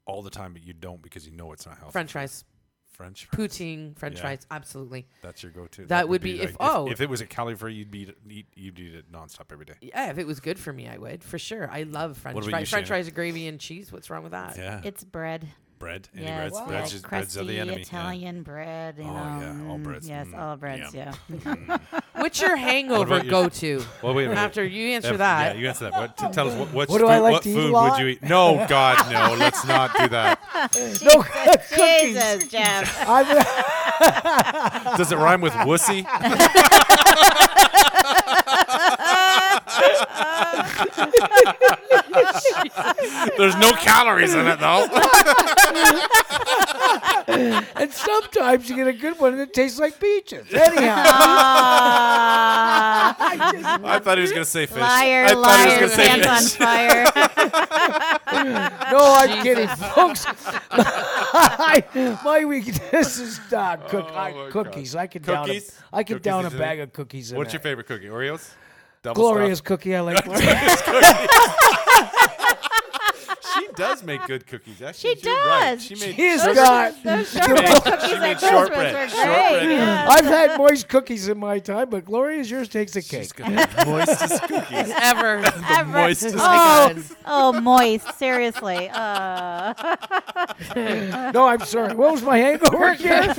S1: all the time, but you don't because you know it's not healthy?
S2: French fries,
S1: French fries.
S2: poutine, French
S1: Yeah.
S2: fries, absolutely.
S1: That's your go-to. That,
S2: would be if- oh.
S1: if, it was a calorie free, you'd be eat, eat you'd eat it nonstop every day.
S2: Yeah, if it was good for me, I would for sure. I love French
S1: about
S2: fries.
S1: you,
S2: French
S1: Shannon?
S2: fries, gravy, and cheese. What's wrong with that?
S1: Yeah,
S3: it's bread.
S1: bread. Any
S3: Yes,
S1: breads? Breads,
S3: like
S1: is, breads are the
S3: crusty
S1: enemy.
S3: Italian bread. You
S1: Oh,
S3: know,
S1: yeah, all
S3: mm,
S1: breads,
S3: Yes,
S1: mm,
S3: all breads.
S1: yeah.
S3: Yeah.
S2: What's your hangover
S1: about your-
S2: go to?
S1: Well, wait a minute.
S2: After you answer
S1: Yeah,
S2: that,
S1: Yeah, you answer that. What, t- tell us what, what's
S4: What do
S1: food,
S4: I like
S1: what
S4: to eat a
S1: food would
S4: lot?
S1: you eat? No, God, no. Let's not do that.
S4: No cookies.
S3: Jesus, Jeff.
S4: I'm-
S1: Does it rhyme with wussy? There's no calories in it though.
S4: and sometimes you get a good one and it tastes like peaches. Anyhow,
S3: Ah,
S1: I thought he was gonna say fish. I
S3: liar,
S1: thought he was
S3: liar,
S1: gonna say
S3: pants on
S1: fish.
S3: fire.
S4: no, I'm kidding, folks. I, my weakness is uh, cook, I-
S1: Oh my God.
S4: cookies. I could down a,
S1: Cookies?
S4: I could
S1: Cookies
S4: down a
S1: is in
S4: bag
S1: it.
S4: of cookies. in
S1: What's your
S4: that.
S1: favorite cookie? Oreos? Double
S4: Glorious
S1: stuffed?
S4: cookie. I like.
S1: She does make good cookies. Actually,
S3: She
S1: you're right.
S3: does.
S1: She made.
S4: He's
S3: Those-
S4: got.
S3: Those shortbread cookies
S1: she
S3: at
S1: made
S3: Christmas were
S1: shortbread.
S3: great.
S1: Shortbread.
S3: yeah.
S4: I've had moist cookies in my time, but Gloria's yours takes the cake.
S1: She's got the moistest cookies.
S2: ever.
S3: Ever.
S1: moistest
S3: oh,
S2: cookies.
S3: oh, moist. Seriously. Uh,
S4: No, I'm sorry. What was my hangover again?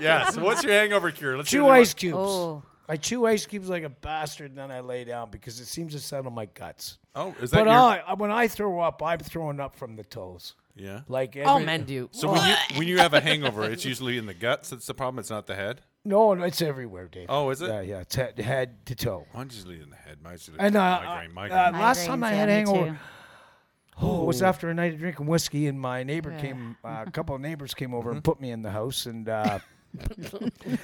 S1: Yes. What's your hangover cure? Let's hear
S4: Chew
S1: the-
S4: ice cubes.
S3: oh,
S4: I chew ice cubes like a bastard, and then I lay down because it seems to settle my guts.
S1: Oh, is that
S4: But
S1: your?
S4: I, when I throw up, I'm throwing up from the toes.
S1: yeah.
S4: Like every,
S2: All men do.
S1: So when you when you have a hangover, it's usually in the guts. That's the problem. It's not the head.
S4: No, no, it's everywhere, Dave.
S1: Oh, is it?
S4: Yeah, yeah, it's head, head to toe.
S1: Mine's usually in the head. Mine's usually
S4: And uh,
S1: migraine.
S4: uh,
S1: Migraine.
S4: uh, last time
S3: migraines,
S4: I
S3: yeah,
S4: had a
S3: me too.
S4: hangover, Oh, it was after a night of drinking whiskey, and my neighbor came. Uh, a couple of neighbors came over
S1: Mm-hmm.
S4: and put me in the house, and. Uh, and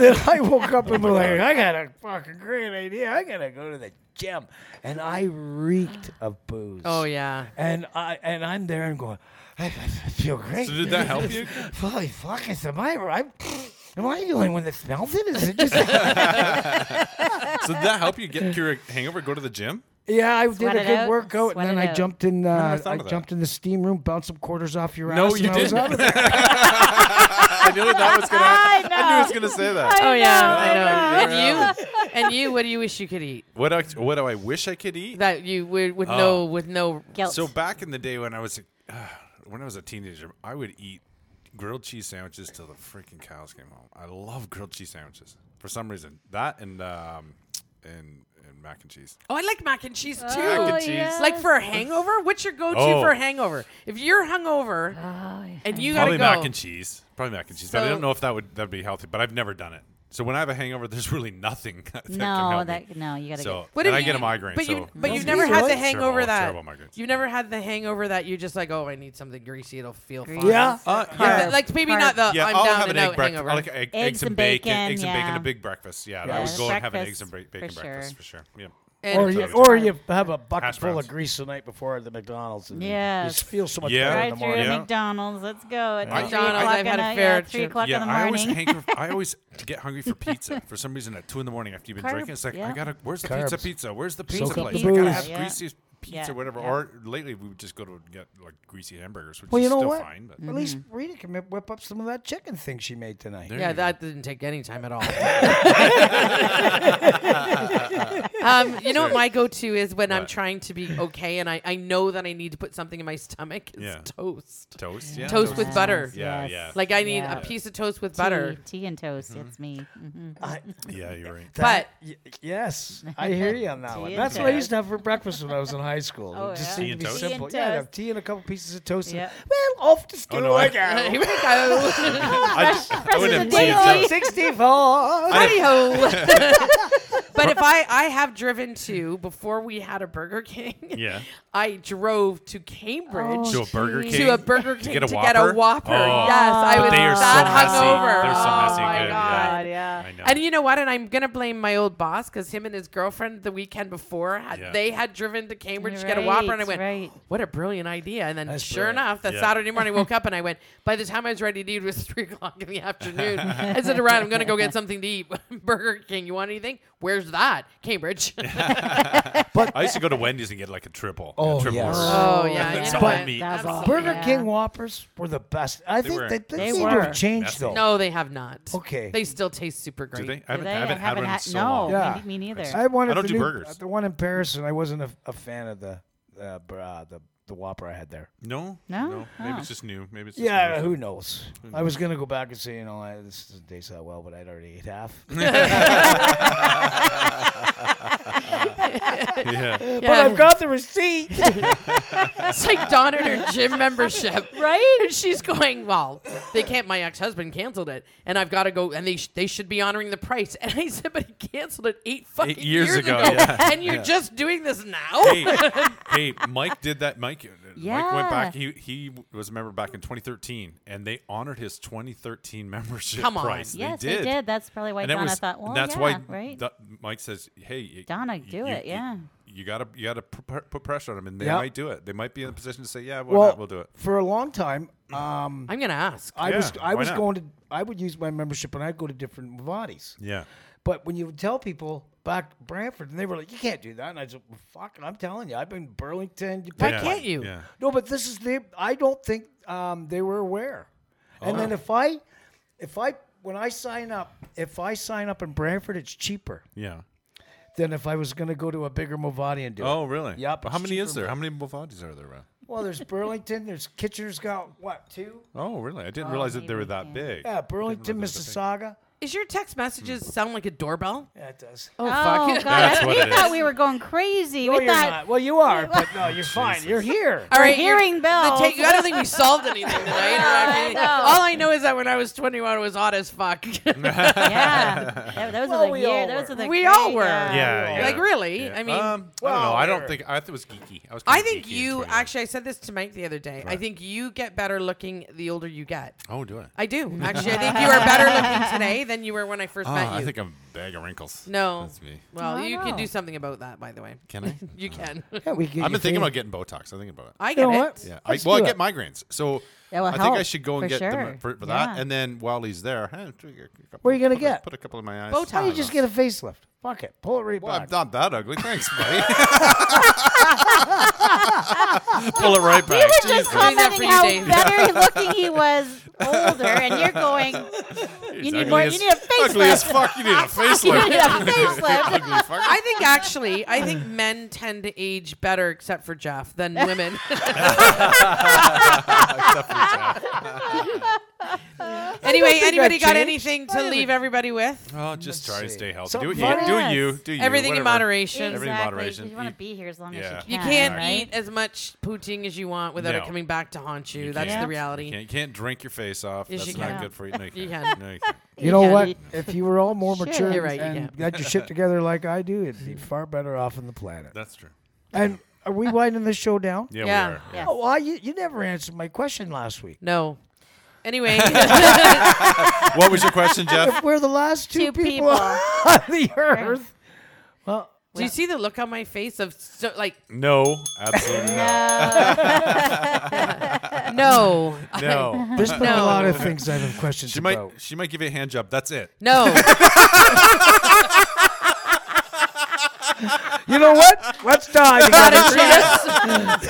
S4: then I woke up and was like, I got a fucking great idea. I gotta go to the gym, and I reeked of booze.
S2: Oh yeah.
S4: And I and I'm there and going, I, I feel great.
S1: So did that help you?
S4: Holy fuck! Is am I? I'm, am I doing when this melted? Is it just?
S1: So did that help you get cure a hangover? Go to the gym?
S4: yeah, I
S3: Sweat
S4: did a
S3: it
S4: good
S3: out,
S4: workout,
S3: sweat
S4: and then
S3: it
S4: I
S3: out.
S4: jumped in. Uh,
S1: thought
S4: I
S1: of that.
S4: jumped in the steam room, bounced some quarters off your
S1: No,
S4: ass.
S1: you
S4: and I was
S1: didn't.
S4: out of there.
S1: I knew that was gonna.
S3: I
S1: I knew
S3: know.
S1: it was gonna say that.
S2: Oh yeah. I
S1: I
S2: know.
S1: know.
S2: And you, and you, what do you wish you could eat?
S1: What I, what do I wish I could eat?
S2: That you would with
S1: Oh.
S2: no with no.
S3: Guilt.
S1: So back in the day when I was a- when I was a teenager, I would eat grilled cheese sandwiches till the freaking cows came home. I love grilled cheese sandwiches for some reason. That and um, and and mac and cheese.
S2: Oh, I like mac and cheese too.
S1: Mac and cheese.
S2: Like for a hangover, what's your go-to
S1: Oh.
S2: for a hangover? If you're hungover and you gotta
S1: Probably
S2: go,
S1: mac and cheese. Probably mac and cheese. but I
S2: So-
S1: don't know if that would that'd be healthy. But I've never done it. So when I have a hangover, there's really nothing that can
S3: no,
S1: help me.
S3: that no, you gotta
S1: So
S2: What
S1: and
S2: if
S1: I
S2: you-
S1: get a migraine.
S2: But
S1: so
S2: you, but you've
S4: Those
S2: never
S4: are
S2: had
S4: good.
S2: the hangover
S1: Terrible,
S2: that
S1: terrible migraines.
S2: you've never had the hangover that you're just like, oh, I need something greasy, it'll feel fine.
S4: yeah.
S1: Uh,
S2: Yeah, but like maybe
S3: Carb.
S2: not the
S1: yeah,
S2: Uh, I'm
S1: will
S2: down
S1: have an
S2: and
S1: egg
S2: out
S1: breakfast.
S2: hangover.
S1: I like egg, eggs, and bacon, eggs and bacon,
S3: yeah.
S1: a big breakfast. Yeah, and I
S4: Yeah.
S1: would go and have an
S3: Breakfast,
S1: eggs and ba- bacon
S3: for
S1: breakfast
S3: sure.
S1: for sure. Yeah.
S2: And-
S4: Or
S1: It's
S4: you,
S1: always
S4: or you have a bucket
S1: Hash
S4: full
S1: browns.
S4: of grease the night before at the McDonald's. And You
S3: Yes.
S4: just feel so much
S1: Yeah.
S4: better in
S3: Drive
S4: the
S3: through
S4: morning.
S1: Yeah.
S3: McDonald's. Let's go. At
S1: I-
S3: three
S1: McDonald's,
S3: o'clock
S2: I've had
S3: in
S2: a
S3: the-
S2: fair
S3: yeah, three
S2: trip.
S3: o'clock
S1: yeah,
S3: in
S1: I
S3: the
S1: always
S3: morning.
S1: hanker, I always get hungry for pizza for some reason at two in the morning after you've been
S3: Carb,
S1: drinking. It's like I
S3: yeah.
S1: gotta. Where's the pizza?
S4: Carbs.
S1: Pizza? Where's the pizza
S4: up the
S1: place? I gotta
S4: booze.
S1: have
S3: Yeah.
S1: greasy pizza
S3: Yeah,
S1: or whatever.
S3: yeah.
S1: Or lately we would just go to get like greasy hamburgers, which
S4: Well, you
S1: is
S4: know
S1: still
S4: what?
S1: fine. But
S4: At least
S3: Mm-hmm.
S4: Rita can whip- whip up some of that chicken thing she made tonight.
S1: There
S2: yeah,
S1: you go.
S2: that didn't take any time at all. um, you know what my go-to is when I'm
S1: What?
S2: trying to be okay and I, I know that I need to put something in my stomach. It's
S1: Yeah.
S2: toast.
S1: toast. Yeah,
S2: Toast with butter.
S1: Yeah,
S3: Yes.
S1: yeah. Mm-hmm.
S2: Like I need
S3: Yeah.
S2: a piece of toast with butter.
S3: Tea, tea and toast. It's me. hmm
S4: I-
S1: Yeah, you're right.
S2: But-
S4: y- yes, I hear you on that
S3: Tea
S4: one.
S3: and
S4: That's what I
S3: toast.
S4: used to have for breakfast when I was in high school.
S3: Oh,
S4: it just
S3: yeah.
S4: seemed
S1: Tea
S4: to
S1: and
S4: be
S1: toast?
S4: simple.
S3: Tea and
S4: Yeah, I'd have
S3: toast.
S4: tea and a couple pieces of toast. and,
S3: Yeah.
S4: Well, off to school
S1: Oh, no, I-
S4: I
S2: Uh,
S4: go.
S2: here we go.
S1: I, I would have
S3: day.
S1: tea and toast.
S4: 64.
S2: Howdy ho. but if I I have driven to before we had a Burger King,
S1: Yeah. Oh.
S2: I drove to Cambridge
S1: To a Burger
S3: To
S1: King.
S2: to a Burger King
S1: get a Whopper?
S2: Whopper.
S1: Oh.
S2: Yes, I
S1: But
S2: was
S1: they are so
S2: that
S1: messy.
S2: hungover.
S1: They're so
S2: Oh
S1: messy and
S2: my
S1: good,
S2: God.
S1: yeah.
S3: yeah.
S1: I know.
S2: And you know what? And I'm gonna blame my old boss because him and his girlfriend the weekend before had
S1: Yeah.
S2: they had driven to Cambridge to
S3: You're
S2: get a Whopper, and I
S3: right,
S2: went,
S3: right.
S2: "What a brilliant idea!" And then,
S4: That's
S2: sure
S4: brilliant.
S2: enough, that
S1: Yeah.
S2: Saturday morning, I woke up and I went, "By the time I was ready to eat, it was three o'clock in the afternoon." I said to Ryan, "I'm gonna go get something to eat. Burger King. You want anything? Where's that? Cambridge."
S1: I used to go to Wendy's and get like a triple.
S4: Oh,
S1: a triple
S4: yes.
S1: order.
S2: oh yeah, you
S1: It's
S2: know
S1: all
S2: what?
S1: meat.
S3: That's
S2: Absolutely.
S3: awesome.
S4: Burger
S3: Oh, Yeah.
S4: King Whoppers were the best. I think
S1: were.
S4: they, they,
S3: They
S4: seem to
S3: were.
S4: have changed,
S1: Messy.
S4: though.
S2: No, they have not.
S4: Okay.
S2: They still taste super great.
S1: Do they? I
S3: Do
S1: haven't,
S3: they?
S1: I haven't had one in so
S3: no,
S1: long.
S4: Yeah.
S3: maybe- me neither.
S4: I wanted
S1: I don't
S4: the
S1: do
S4: new-
S1: burgers.
S4: uh, The one in Paris, and I wasn't a, a fan of the uh, br- uh, the the Whopper I had there.
S1: No,
S3: No?
S1: Maybe
S3: Oh.
S1: it's just new. Maybe it's just Mm-hmm.
S4: Yeah,
S1: New.
S4: who knows? I was gonna go back and say, you know, I, this doesn't taste that well, but I'd already ate half.
S1: yeah.
S4: But I've got the receipt.
S2: It's like Dawn and her gym membership, right? And she's going, "Well, they can't. My ex-husband canceled it, and I've got to go. And they sh- they should be honoring the price." And I said, "But he canceled it eight fucking
S1: years ago, yeah.
S2: and you're just doing this now."
S1: hey, hey, Mike did that. Mike, uh, Mike went back. He he was a member back in 2013, and they honored his 2013 membership
S2: Come on.
S1: price.
S3: yes,
S1: they did.
S3: That's probably why
S1: And it
S3: Donna
S1: was-
S3: thought, well,
S1: and that's
S3: yeah,
S1: why
S3: right?
S1: the- Mike says, "Hey, y-
S3: Donna,
S1: y-
S3: do
S1: you-
S3: it,
S1: you-
S3: yeah.
S1: you gotta, you gotta put pr- put pressure on them, and they
S4: Yeah.
S1: might do it. They might be in a position to say, "Yeah, why
S4: well,
S1: not? We'll do it."
S4: for a long time. Um,
S2: I'm gonna ask.
S4: I was
S1: Yeah,
S4: I
S1: why
S4: was
S1: not?
S4: going to I would use my membership and I'd go to different bodies.
S1: Yeah,
S4: But when you would tell people back Brantford, and they were like, "You can't do that," and I said, well, "Fuck, I'm telling you, I've been Burlington." you
S2: Why
S1: Yeah.
S4: pick
S2: can't you?
S1: Yeah.
S4: No, but this is the. I don't think um, they were aware.
S1: Oh,
S4: And then if I, if I, when I sign up, if I sign up in Brantford, it's cheaper
S1: yeah.
S4: than if I was going to go to a bigger Movati and do it.
S1: Oh, really?
S4: Yep,
S1: But How
S4: it's
S1: many is
S4: cheaper.
S1: there? How many Bovadis are there? Around?
S4: Well, there's Burlington. There's Kitchener's got what two?
S1: Oh, really? I didn't realize that they were
S3: maybe,
S1: that
S3: yeah.
S1: big.
S4: Yeah, Burlington, Mississauga.
S2: Is your text messages
S1: Hmm.
S2: sound like a doorbell?
S4: Yeah, it does.
S2: Oh,
S3: Oh
S2: fuck.
S3: God!
S1: That's
S3: I-
S1: what
S3: we
S1: it
S3: thought
S1: is.
S3: we were going crazy.
S4: No,
S3: we
S4: you're
S3: thought
S4: not. Well, you are, but no, you're fine. You're here.
S2: All
S3: we're
S2: right,
S3: hearing
S2: the
S3: bells.
S2: take- I don't think we solved anything tonight. or anything. All I know is that when I was 21, it was hot as fuck.
S3: yeah, Th- those
S4: Well,
S3: are the
S4: we all
S3: years. Those
S4: were.
S3: are the
S2: We
S3: great,
S2: all were.
S1: Yeah, yeah.
S2: Like really?
S1: Yeah.
S2: I mean,
S1: um, I don't know. I
S4: well,
S1: don't think I think it was geeky. I was.
S2: I
S1: kinda
S2: think
S1: geeky at
S2: you
S1: 21.
S2: actually. I said this to Mike the other day. I think you get better looking the older you get.
S1: Oh, do I?
S2: I do actually. I think you are better looking today than you were when I first
S1: Ah,
S2: met you.
S1: I think I'm a bag of wrinkles.
S2: no.
S1: that's me.
S2: Well,
S3: I
S2: you can
S3: know.
S2: do something about that, by the way.
S1: Can I?
S2: You can.
S4: Yeah, we
S1: I've
S4: get
S1: been
S4: you
S1: thinking
S4: famous.
S1: about getting Botox. I think about it.
S2: I
S4: You
S2: get
S4: know
S2: it.
S4: what?
S1: Yeah, I,
S4: Let's
S1: well,
S4: do
S1: I
S4: it.
S1: get migraines, so
S3: That will
S1: I think I
S3: help,
S1: should go and
S3: for
S1: get them
S3: sure.
S1: for, for that.
S3: Yeah.
S1: And then while he's there, eh, take a couple-
S4: What are you gonna
S1: put
S4: get?
S1: A, put a couple in my eyes.
S2: Botox.
S4: Why don't you just get a facelift? Fuck it. Pull it right
S1: Well, I'm
S4: back.
S1: not that ugly. Thanks, buddy. Pull it right back.
S3: We were just
S1: Jesus.
S2: Doing that for
S3: commenting
S2: you,
S3: how
S2: Dave.
S3: better looking he was older, and you're going, you need
S1: Ugly
S3: more.
S1: as-
S3: You need a
S1: Ugly as
S3: facelift.
S1: fuck. You need a
S3: You
S1: facelift.
S3: need a facelift.
S1: Ugly fucker.
S2: I think actually, I think men tend to age better, except for Jeff, than women. anyway,
S4: think
S2: anybody
S4: I've
S2: got
S4: changed.
S2: anything to leave everybody with?
S1: Oh, just try to
S4: see.
S1: stay healthy.
S4: So
S1: do, it,
S4: fun-
S1: you, do
S3: Yes.
S1: you. Do you.
S2: Everything in
S1: whatever.
S2: moderation.
S1: Everything in
S3: Exactly.
S1: moderation.
S3: You want
S1: You-
S3: to be here as long
S1: yeah.
S3: as you
S2: You
S3: can.
S2: can't
S3: right?
S2: eat as much poutine as you want without it
S1: No.
S2: coming back to haunt you.
S1: You
S2: That's
S1: can't.
S2: the
S1: You
S2: reality.
S1: can't, you can't drink your face off.
S2: Yes,
S1: That's
S2: you
S1: not
S3: can.
S1: good for you. No,
S2: You
S1: can't. No, you can't.
S4: You know
S2: Yeah,
S4: what?
S2: you-
S4: If you were all more mature
S2: You're right, you
S4: and
S2: can't.
S4: got your shit together like I do, it'd be far better off on the planet.
S1: That's true.
S4: And are we winding this show down?
S1: Yeah,
S2: Yeah.
S1: we are.
S3: Yeah.
S4: Oh, well, you, you never answered my question last week.
S2: No. Anyway,
S1: What was your question, Jeff?
S4: If we're the last two,
S3: Two
S4: people,
S3: people.
S4: on the earth, well,
S2: do you see the look on my face of so, like
S1: No, absolutely not.
S3: Uh,
S2: no,
S1: No.
S4: there's been a
S2: No.
S4: lot of things I have questions
S1: She might
S4: about.
S1: she might give you a hand job. That's it.
S2: no?
S4: You know what? Let's die
S2: Not
S4: together.
S2: a chance.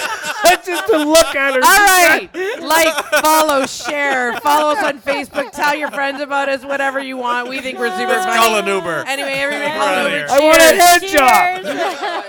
S4: That's just to look at
S2: All
S4: her.
S2: right, like, follow, share, follow us on Facebook. Tell your friends about us. Whatever you want. We think we're super
S1: Call an
S2: funny.
S1: Uber.
S2: Anyway, everybody call an
S1: outta here.
S2: Uber.
S4: I want a
S2: Cheers.
S4: head job.
S3: Cheers.